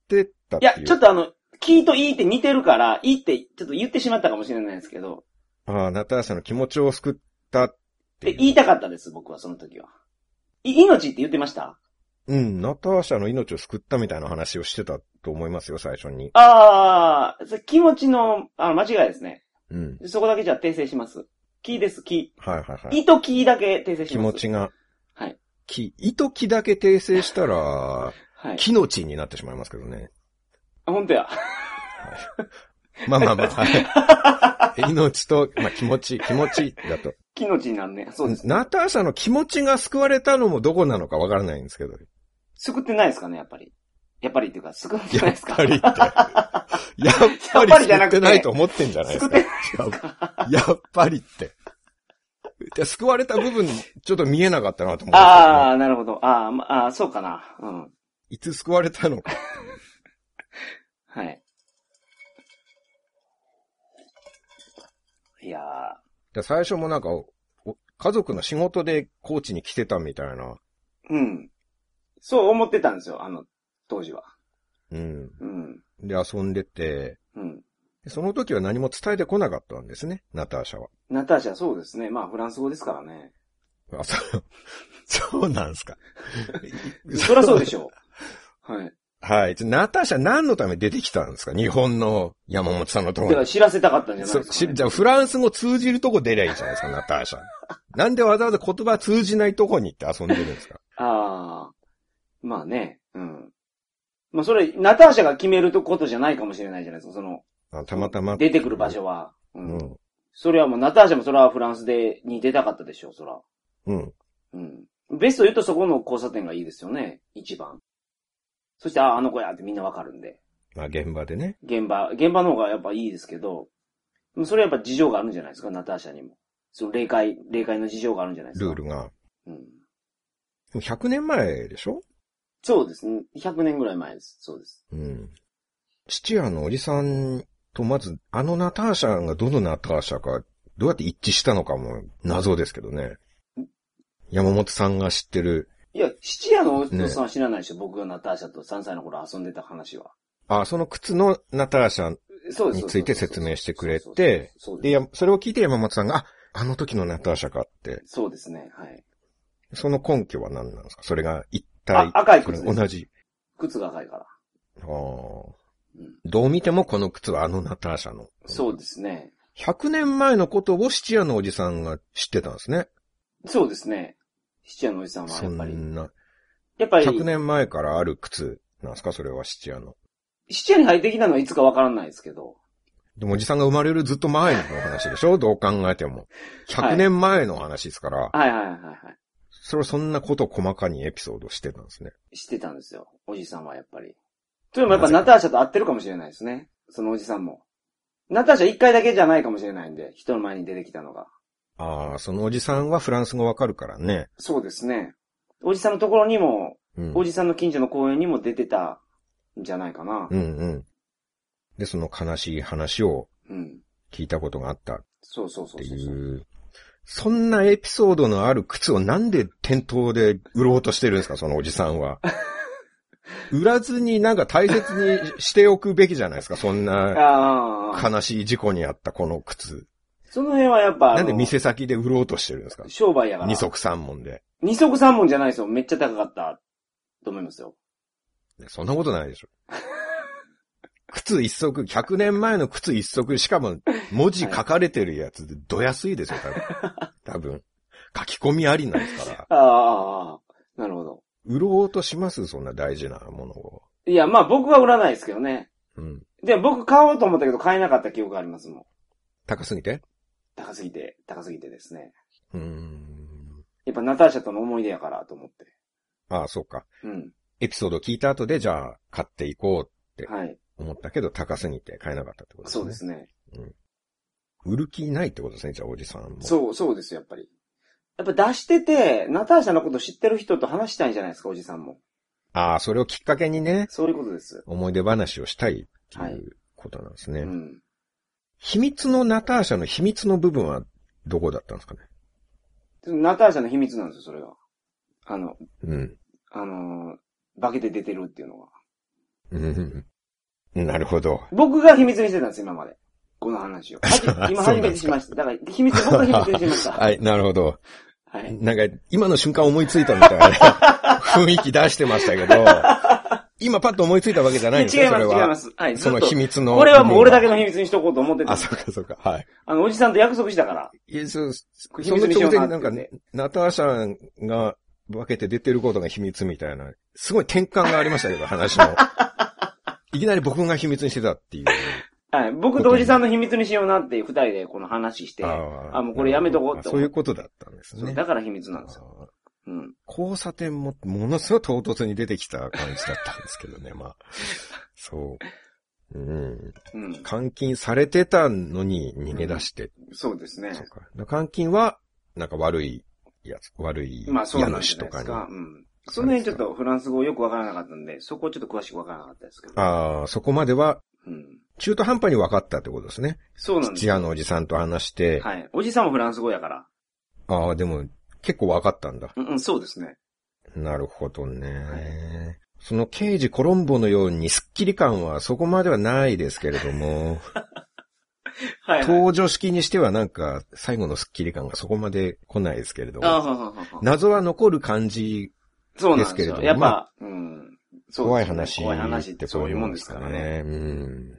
てたってい
いや
う。、
ちょっとあの、キーとイーって似てるから、イーってちょっと言ってしまったかもしれないですけど、
ああ、ナターシャの気持ちを救ったって
で
い
言
う。
いたかったです、僕はその時は。い命って言ってました
うん、ナターシャの命を救ったみたいな話をしてたと思いますよ、最初に。
ああ、それ気持ちの、あの、間違いですね。
うん。
そこだけじゃあ訂正します。キーです、キ
はいはいは
ー。
い。
イとキーだけ訂正し
気
ま
持
す。
ちが。
はい。
き、糸木だけ訂正したら、
はい。
木の地になってしまいますけどね。
あ本当や。
まあまあ まあ、はい。命と、まあ気持ち、気持ちだと。
木の字になるね。そうですね。
ナターシャの気持ちが救われたのもどこなのかわからないんですけど。
救ってないですかね、やっぱり。やっぱりっていうか、救ってな
や
い
っ
ですか
ぱり って。やっ
や
ぱ
っ
り
ぱりじ
救
ゃな
っ
くて
てないと思ってんじゃないで
救
す
っ
か。
て
やっぱりって。で救われた部分、ちょっと見えなかったなと思って。
ああ、なるほど。あーまあー、そうかな。うん。
いつ救われたのか。
はい。いや
で最初もなんか、お家族の仕事で高知に来てたみたいな。
ー、うん。そう思ってたんですよ、あの、当時は。
うん。
うん。
で、遊んでて、
うん。
でその時は何も伝えてこなかったんですね、ナターシャは。
ナターシャ、そうですね。まあ、フランス語ですからね。
あ、そう、 そうなんですか。
そりゃそうでしょう。 はい。
はい。じゃあナターシャ何のために出てきたんですか日本の山本さんのとこ
だから
ろ
知らせたかったんじ
に。
ゃな
そう
いですか、
し
ね。
じゃあフランス語通じるとこ出りゃいいじゃないですか、ナターシャ。なんでわざわざ言葉通じないとこに行って遊んでるんですか
ああ。まあね。うん。まあ、それ、ナターシャが決めることじゃないかもしれないじゃないですか、その。
あたまたま。
出てくる場。所は。う。
うんん。
それはもう、ナターシャもそれはフランスで、に出たかったでしょう、そら。
うん。
うん。ベスト言うとそこの交差点がいいですよね。一番。そして、ああ、あの子やってみんなわかるんで。
まあ現場でね。
現場、現場の方がやっぱいいですけど、でもそれはやっぱ事情があるんじゃないですか、ナターシャにも。その霊界、霊界の事情があるんじゃないです
ル
か。
ールが。
うん。
でも100年前でしょ
そうですね。100年ぐらい前です。そうです。
うん。父屋のおじさんとまず、あのナターシャがどのナターシャか、どうやって一致したのかも謎ですけどね。山本さんが知ってる、
いや、七夜のお父さんは知らないでしょ、僕がナターシャと3歳の頃遊んでた話は。
あ、その靴のナターシャ
そうです。
について説明してくれ
そうで
て
す、そう
で、
です。
やそれを聞いて山本さんが、あ、あの時のナターシャかって、
そうですね、はい。
その根拠は何なんですかそれが一体
あ、、赤い
これ
靴です。
同じ。
靴が赤いから。
あー
うん
どう見てもこの靴はあのナターシャの。
そうですね。
100年前のことを七夜のおじさんが知ってたんですね。
そうですね。七夜のおじさんは
そ
やっぱり。
んな。
やっぱ
100
り、
年前からある靴なんですかそれは七夜の。
七夜に入ってきたのはいつかわからないですけど。
でもおじさんが生まれるずっと前の話でしょどう考えても。100年前の話ですから、
はいはいはいは
それはそんなことを細かにエピソードしてたんですね。
い。知ってたんですよ。おじさんはやっぱり。それもやっぱナターシャと会ってるかもしれないですね。そのおじさんも。ナターシャ一回だけじゃないかもしれないんで、人の前に出てきたのが。
ああ、そのおじさんはフランス語わかるからね。
そうですね。おじさんのところにも、
うん。
おじさんの近所の公園にも出てたんじゃないかな
う。んうん。で、その悲しい話を
うん。
聞いたことがあったっ
そうそうそ
て
う
い
そうそう。
う。そんなエピソードのある靴をなんで店頭で売ろうとしてるんですか、そのおじさん は。売らずになんか大切にしておくべきじゃないですか、そんな
ああ。
悲しい事故にあったこの靴。
その辺はやっぱ、あの
なんで店先で売ろうとしてるんですか
商売やから。
二足三門で。
二足三本じゃないですよ。めっちゃ高かった。と思いますよ。
そんなことないでし ょ。靴一足、100年前の靴一足、しかも文字書かれてるやつでどやすいですよ、 多分。多分。書き込みありなんですから。
ああああ、ああなるほど。
売ろうとしますそんな大事なものを。
いや、まあ僕は売らないですけどね。
うん。
で、僕買おうと思ったけど買えなかった記憶がありますもん。
高すぎて
高すぎて、高すぎてですね。
うーん。
やっぱナターシャとの思い出やからと思って。
ああ、そうか。
うん。
エピソード聞いた後で、じゃあ、買っていこうって
はい。
思ったけど、高すぎて買えなかったってことですね。
そうですね。
売る気ないってことですね、じゃあ、おじさんも。
そう、そうですよ、やっぱり。やっぱ出してて、ナターシャのこと知ってる人と話したいんじゃないですか、おじさんも。
ああ、それをきっかけにね、
そういうことです。
思い出話をしたいって
はいいう
ことなんですね。
うん。
秘密のナターシャの秘密の部分はどこだったんですかね
ナターシャの秘密なんですよ、それが。あの、
うん
あのー、化けて出てるっていうのは。
うん。なるほど。
僕が秘密にしてたんです、今まで。この話を。 はじ
そう
今初
なん
め
で
て
す
し
か
ました。だから、秘密、僕が秘密にしました。
は。い、なるほど。
はい。
なんか、今の瞬間思いついたみたいな 雰囲気出してましたけど、今パッと思いついたわけじゃないんです
違
ね、
い
そ
ま
れ
す、違いま
は。
す。はい、ず
そ
っ
の
と。
秘密の。
これはもう俺だけの秘密にしとこうと思ってた
あ、。そうかそうか、はい。
あの、おじさんと約束したから。
いや、そう、そ
これ秘
の
密にし
直
よう
前
なって
になんか、ナターシャが分けて出てることが秘密みたいな、すごい転換がありましたけど、話 の。いきなり僕が秘密にしてたっていう。
はい。僕とおじさんの秘密にしようなって、二人でこの話して。
あー
あもうこれやめとこうって思って
あそういうことだったんです
そう
ね。
だから秘密なんですよ。
あー
うん。
交差点もものすごい唐突に出てきた感じだったんですけどね、まあ。そう。うん。
うん。
監禁されてたのに逃げ出して、
そうですね
そ。うか。監禁は、なんか悪いやつ、悪い
まあそう
家
なんじ
主
ゃな
と
い
か
です
に。
か。うん。その辺ちょっとフランス語よくわからなかったんで、そこちょっと詳しくわからなかったですけど。
ああ、そこまでは
うん。
中途半端に分かったってことですね。
そうなんです
土屋のおじさんと話して、
はい。おじさんもフランス語やから。
ああ、でも結構分かったんだ。
うん、うん、そうですね。
なるほどね。その刑事コロンボのようにスッキリ感はそこまではないですけれども、
はい、はい。
登場式にしてはなんか最後のスッキリ感がそこまで来ないですけれど
あ
も、
はははは
謎は残る感じ、
そうなんです
ですけれど
よ。
も
やっ
ま
ぱ、うん。そうですね
怖い話
怖い話
っ
ってて
こ
そうう
い
いうう
も
も
ん
ん
で
ですす
か
から
ね。
ね。
うん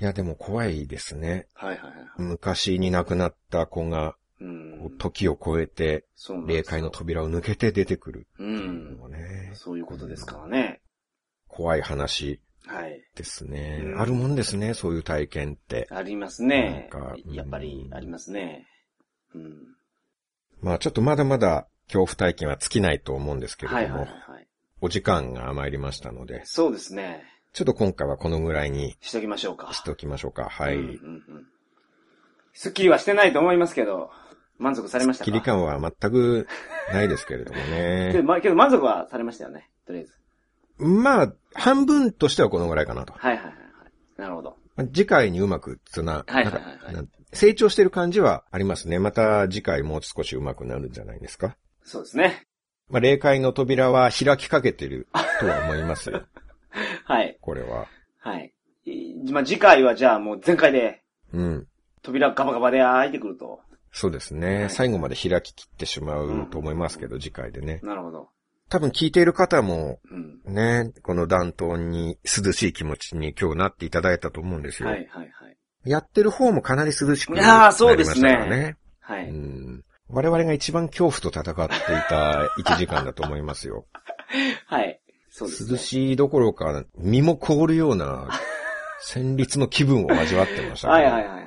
いやでも怖いですね。
はいはいはい。
昔に亡くなった子が
うん。
時を超えて
そうなんです
霊界の扉を抜けて出てくる
う
っていうの
ん。
もね、
そういうことですからね。
怖い話
はい。
ですね
う。ん
あるもんですね、そういう体験って。
ありますね
なんか。
やっぱりありますね。うん。
まあちょっとまだまだ恐怖体験は尽きないと思うんですけれども、
はいはいはい。
お時間が参りましたので、
そうですね。
ちょっと今回はこのぐらいに
しときましょうか。
しておきましょうか。はい。
うんうんうんすっきりはしてないと思いますけど、満足されましたか
切り感は全くないですけれども
けど、
ね。
ま、けど満足はされましたよね。とりあえず。
まあ、半分としてはこのぐらいかなと。
はいはいはいはい。なるほど。
次回にうまくつな、
はい
なん
はい
か
はいはい
なん成長してる感じはありますね。また次回もう少しうまくなるんじゃないですか。
そうですね。
まあ、霊界の扉は開きかけてるとは思います よ。
はい。
これは。
はい。いまあ、次回はじゃあもう全開で
うん。
扉ガバガバで開いてくると。
そうですね。最後まで開ききってしまうと思いますけど、次回でね。
なるほど。
多分聞いている方も、
うん。
ね、この暖冬に涼しい気持ちに今日なっていただいたと思うんですよ。
はいはいはい。
やってる方もかなり涼しく
い
なりま
やー
したか
そう
ら
ですね
ね。
は
う
い。
ん我々が一番恐怖と戦っていた1時間だと思いますよ。
はい。 そうです、ね。
涼しいどころか、身も凍るよう な、戦慄の気分を味わってました、ね。
はいはいはいはい。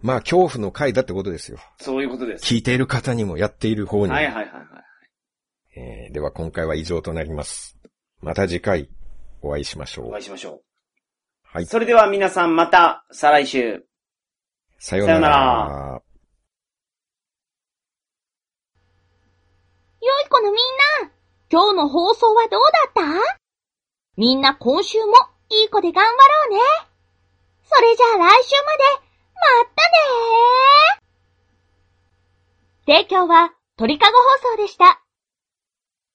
まあ、恐怖の回だってことですよ。
そういうことです。
聞いている方にもやっている方にも。
はいはいはいはい。
えーでは今回は以上となります。また次回お会いしましょ
お
う
会い。しましょ
は
う。
い。
それでは皆さんまた、再来週。
さような
さよ
ら
うな。
よい子のみんな、今日の放送はどうだったみんな今週もいい子で頑張ろうね。それじゃあ来週まで、まったねー。提供は鳥かご放送でした。